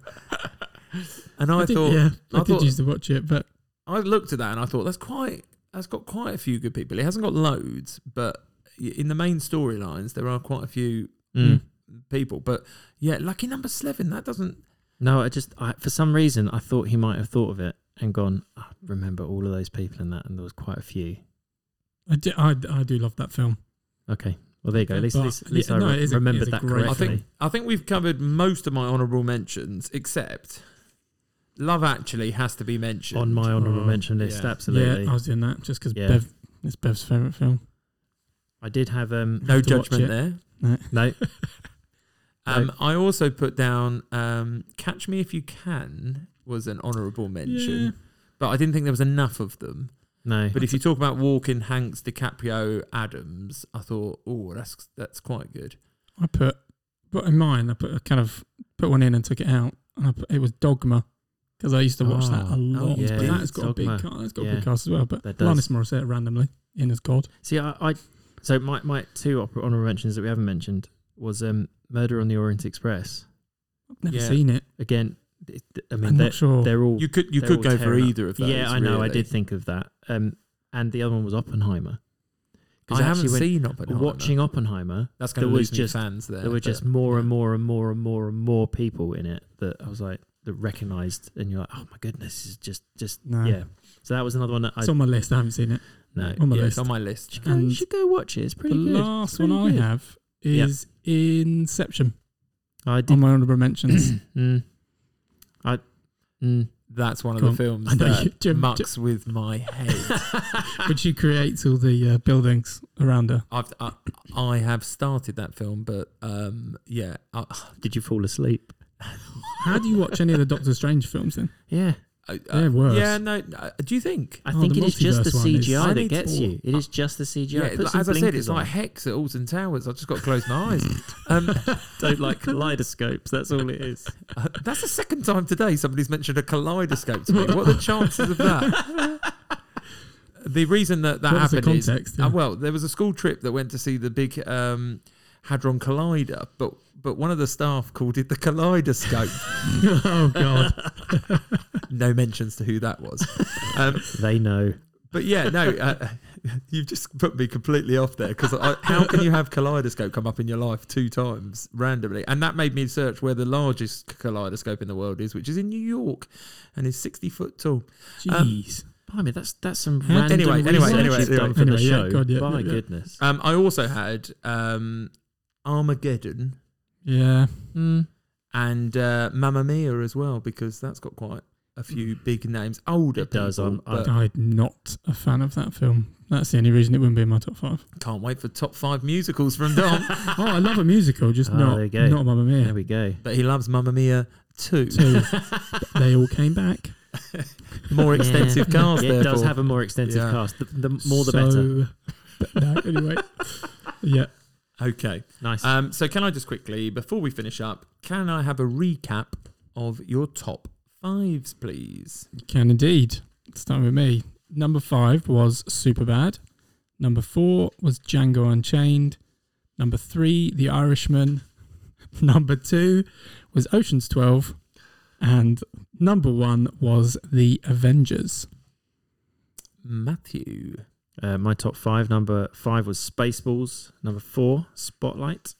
[SPEAKER 1] And I,
[SPEAKER 2] did,
[SPEAKER 1] thought
[SPEAKER 2] yeah,
[SPEAKER 1] I
[SPEAKER 2] I, did
[SPEAKER 1] thought-
[SPEAKER 2] used to watch it, but
[SPEAKER 1] I looked at that and I thought that's quite that's got quite a few good people. It hasn't got loads, but y- in the main storylines there are quite a few
[SPEAKER 3] Mm.
[SPEAKER 1] people. But yeah, lucky number seven. That doesn't
[SPEAKER 3] No, I just I, for some reason I thought he might have thought of it and gone. I remember all of those people in that, and there was quite a few.
[SPEAKER 2] I do, I, I do love that film.
[SPEAKER 3] Okay. Well, there you go. At least, at
[SPEAKER 2] But-
[SPEAKER 3] least, at least
[SPEAKER 2] yeah,
[SPEAKER 3] I
[SPEAKER 2] no,
[SPEAKER 3] re-
[SPEAKER 2] it is a- it
[SPEAKER 3] remembered
[SPEAKER 2] is a
[SPEAKER 3] that
[SPEAKER 2] great
[SPEAKER 3] correctly.
[SPEAKER 1] I think I think we've covered most of my honourable mentions, except Love Actually has to be mentioned.
[SPEAKER 3] on my honourable
[SPEAKER 2] Oh,
[SPEAKER 3] mention list,
[SPEAKER 1] yeah.
[SPEAKER 3] absolutely.
[SPEAKER 2] Yeah, I was doing that just because
[SPEAKER 3] Yeah.
[SPEAKER 2] Bev, it's Bev's favorite film.
[SPEAKER 3] I did
[SPEAKER 2] [laughs]
[SPEAKER 3] have um
[SPEAKER 1] no
[SPEAKER 2] have to watch
[SPEAKER 1] judgment
[SPEAKER 2] it.
[SPEAKER 1] there.
[SPEAKER 3] no
[SPEAKER 1] Um, I also put down um, Catch Me If You Can was an honourable mention,
[SPEAKER 2] Yeah.
[SPEAKER 1] but I didn't think there was enough of them.
[SPEAKER 3] no.
[SPEAKER 1] But if
[SPEAKER 3] [laughs]
[SPEAKER 1] you talk about Walking Hanks, DiCaprio, Adams, I thought, oh, that's that's quite good.
[SPEAKER 2] I put, but in mine, I put I kind of put one in and took it out, and I put, it was Dogma because I used to watch that a
[SPEAKER 3] Oh,
[SPEAKER 2] lot.
[SPEAKER 1] yeah,
[SPEAKER 2] but that has got a
[SPEAKER 3] Dogma.
[SPEAKER 2] big, ca- that's got a
[SPEAKER 3] Yeah.
[SPEAKER 2] big cast as well. But
[SPEAKER 3] That does.
[SPEAKER 2] Alanis Morissette randomly in as God.
[SPEAKER 3] See, I, I So my, my two op- honorable mentions that we haven't mentioned was um, Murder on the Orient Express.
[SPEAKER 2] I've never
[SPEAKER 1] Yeah.
[SPEAKER 2] seen it.
[SPEAKER 3] Again, it, I
[SPEAKER 2] I'm
[SPEAKER 3] mean they're,
[SPEAKER 2] not sure.
[SPEAKER 3] they're all
[SPEAKER 1] You could you
[SPEAKER 3] They're
[SPEAKER 1] could
[SPEAKER 3] all
[SPEAKER 1] go for
[SPEAKER 3] tearing up.
[SPEAKER 1] either of those.
[SPEAKER 3] yeah, I know. I
[SPEAKER 1] really.
[SPEAKER 3] did think of that. Um, and the other one was Oppenheimer. 'Cause
[SPEAKER 1] I haven't
[SPEAKER 3] actually when
[SPEAKER 1] seen Oppenheimer.
[SPEAKER 3] Watching Oppenheimer,
[SPEAKER 1] that's going to
[SPEAKER 3] there was
[SPEAKER 1] lose me
[SPEAKER 3] just-
[SPEAKER 1] fans there.
[SPEAKER 3] there were
[SPEAKER 1] but-
[SPEAKER 3] just more and
[SPEAKER 1] yeah.
[SPEAKER 3] more and more and more and more people in it that I was like that recognised, and you're like, oh my goodness, this is just just
[SPEAKER 2] No.
[SPEAKER 3] yeah. So that was another one that I
[SPEAKER 2] it's on my list. I haven't seen it.
[SPEAKER 3] no.
[SPEAKER 2] on my
[SPEAKER 1] yeah,
[SPEAKER 2] list.
[SPEAKER 1] It's on my list.
[SPEAKER 3] Go, you
[SPEAKER 2] And
[SPEAKER 3] should go watch it. It's
[SPEAKER 2] The
[SPEAKER 3] pretty good.
[SPEAKER 2] last
[SPEAKER 3] pretty
[SPEAKER 2] one I
[SPEAKER 3] good.
[SPEAKER 2] have
[SPEAKER 3] Yeah.
[SPEAKER 2] is Inception
[SPEAKER 3] I did.
[SPEAKER 2] on my honorable mentions.
[SPEAKER 3] [clears throat] mm, I. Mm,
[SPEAKER 1] That's one of
[SPEAKER 2] Go
[SPEAKER 1] the
[SPEAKER 2] on.
[SPEAKER 1] films
[SPEAKER 2] I know you-
[SPEAKER 1] that
[SPEAKER 2] Jim-
[SPEAKER 1] mucks with my head. [laughs]
[SPEAKER 2] Which she creates all the uh, buildings around her.
[SPEAKER 1] I've I, I have started that film, but um, yeah, I,
[SPEAKER 3] [laughs] did you fall asleep?
[SPEAKER 2] How do you watch any of the Doctor Strange films then?
[SPEAKER 3] Yeah,
[SPEAKER 1] [laughs] I,
[SPEAKER 2] They're worse.
[SPEAKER 1] yeah, no. uh, Do you think?
[SPEAKER 3] I
[SPEAKER 2] Oh,
[SPEAKER 3] think
[SPEAKER 2] the
[SPEAKER 3] it is just the
[SPEAKER 2] multiverse one is-
[SPEAKER 3] CGI
[SPEAKER 1] I
[SPEAKER 3] that
[SPEAKER 1] need to-
[SPEAKER 3] gets you. It is just the CGI.
[SPEAKER 1] Yeah,
[SPEAKER 3] Put
[SPEAKER 1] like-
[SPEAKER 3] some
[SPEAKER 1] as I said, it's
[SPEAKER 3] blinkers on.
[SPEAKER 1] like Hex at Alton Towers. I just got to close my eyes.
[SPEAKER 2] [laughs]
[SPEAKER 1] Um,
[SPEAKER 3] don't [laughs] like kaleidoscopes. That's all it [laughs] is.
[SPEAKER 1] Uh, that's the second time today somebody's mentioned a kaleidoscope to me. What are
[SPEAKER 2] [laughs]
[SPEAKER 1] the chances of that? the reason that that
[SPEAKER 2] What was the
[SPEAKER 1] happened is
[SPEAKER 2] context? [laughs]
[SPEAKER 1] uh,
[SPEAKER 2] Yeah.
[SPEAKER 1] well, there was a school trip that went to see the big um, hadron collider, but but one of the staff called it the
[SPEAKER 2] [laughs]
[SPEAKER 1] kaleidoscope.
[SPEAKER 2] oh
[SPEAKER 3] [laughs]
[SPEAKER 2] god.
[SPEAKER 1] no mentions to who that was. Um,
[SPEAKER 3] They know.
[SPEAKER 1] but yeah,
[SPEAKER 3] [laughs]
[SPEAKER 1] no, uh, [laughs] you've just put me completely off there because how can you have kaleidoscope come up in your life two times randomly? And that made me search where the largest kaleidoscope in the world is, which is in New York, and is sixty foot tall. Um,
[SPEAKER 2] Jeez.
[SPEAKER 3] Blimey, that's that's some
[SPEAKER 2] How-
[SPEAKER 3] random
[SPEAKER 1] Anyway, anyway,
[SPEAKER 3] research
[SPEAKER 1] anyway,
[SPEAKER 3] you've
[SPEAKER 1] anyway.
[SPEAKER 3] done for
[SPEAKER 2] Anyway,
[SPEAKER 3] the
[SPEAKER 2] yeah,
[SPEAKER 3] show.
[SPEAKER 2] God, yeah, Uh,
[SPEAKER 3] My
[SPEAKER 2] yeah, yeah.
[SPEAKER 3] goodness.
[SPEAKER 1] Um, I also had um, Armageddon
[SPEAKER 2] yeah.
[SPEAKER 3] Mm.
[SPEAKER 1] and uh, Mamma Mia as well because that's got quite a few big names. Older
[SPEAKER 3] Mm. It does,
[SPEAKER 1] people,
[SPEAKER 3] I'm- I'm-
[SPEAKER 1] but
[SPEAKER 2] I'm not a fan of that film. That's the only reason it wouldn't be in my top five.
[SPEAKER 1] can't wait for top five musicals from
[SPEAKER 3] [laughs]
[SPEAKER 1] Dom.
[SPEAKER 2] Oh, I love a musical, just
[SPEAKER 3] Ah,
[SPEAKER 2] not
[SPEAKER 3] there you go.
[SPEAKER 2] not Mamma Mia.
[SPEAKER 3] There we go.
[SPEAKER 1] but he loves Mamma Mia too.
[SPEAKER 3] [laughs]
[SPEAKER 2] Two. they all came back.
[SPEAKER 1] More
[SPEAKER 3] Yeah.
[SPEAKER 1] extensive cars,
[SPEAKER 3] [laughs] Yeah, it does
[SPEAKER 1] therefore.
[SPEAKER 3] have a more extensive
[SPEAKER 1] Yeah.
[SPEAKER 3] cast. The, the more the
[SPEAKER 2] So-
[SPEAKER 3] better.
[SPEAKER 2] [laughs] but no,
[SPEAKER 3] [laughs]
[SPEAKER 2] anyway. yeah.
[SPEAKER 1] okay.
[SPEAKER 3] Nice.
[SPEAKER 1] Um, so, can I just quickly, before we finish up, can I have a recap of your top fives, please?
[SPEAKER 2] Can indeed. Start with me. Number five was Superbad. Number four was Django Unchained. Number three, The Irishman. [laughs] Number two was Ocean's Twelve, and number one was The Avengers.
[SPEAKER 1] Matthew.
[SPEAKER 3] Uh, my top five. Number five was Spaceballs. Number four, Spotlight.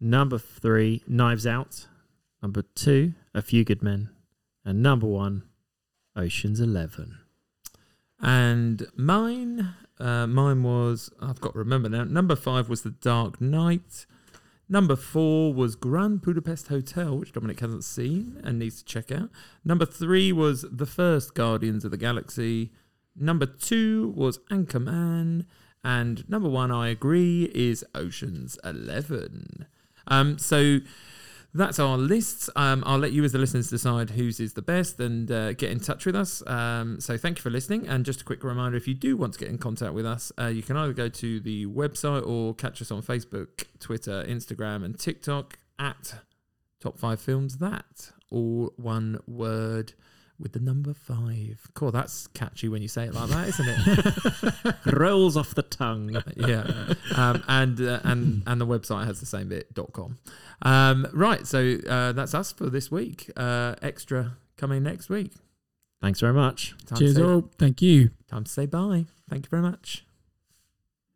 [SPEAKER 3] Number three, Knives Out. Number two, A Few Good Men. And number one, Ocean's Eleven.
[SPEAKER 1] And mine, uh, mine was, I've got to remember now, number five was The Dark Knight. Number four was Grand Budapest Hotel, which Dominic hasn't seen and needs to check out. Number three was The First Guardians of the Galaxy. Number two was Anchorman. And number one, I agree, is Ocean's Eleven. Um, so that's our lists. Um, I'll let you, as the listeners, decide whose is the best and uh, get in touch with us. Um, so thank you for listening. And just a quick reminder if you do want to get in contact with us, uh, you can either go to the website or catch us on Facebook, Twitter, Instagram, and TikTok at Top 5 Films That. All one word with the number five. Cool, that's catchy when you say it like that, isn't it?
[SPEAKER 3] [laughs] Rolls off the tongue.
[SPEAKER 1] yeah um, and uh, and and the website has the same bit dot com um, right so uh, that's us for this week uh, extra coming next week
[SPEAKER 3] Thanks very much.
[SPEAKER 1] time
[SPEAKER 2] Cheers
[SPEAKER 1] to say,
[SPEAKER 2] all. Thank you.
[SPEAKER 1] time to say bye thank you very much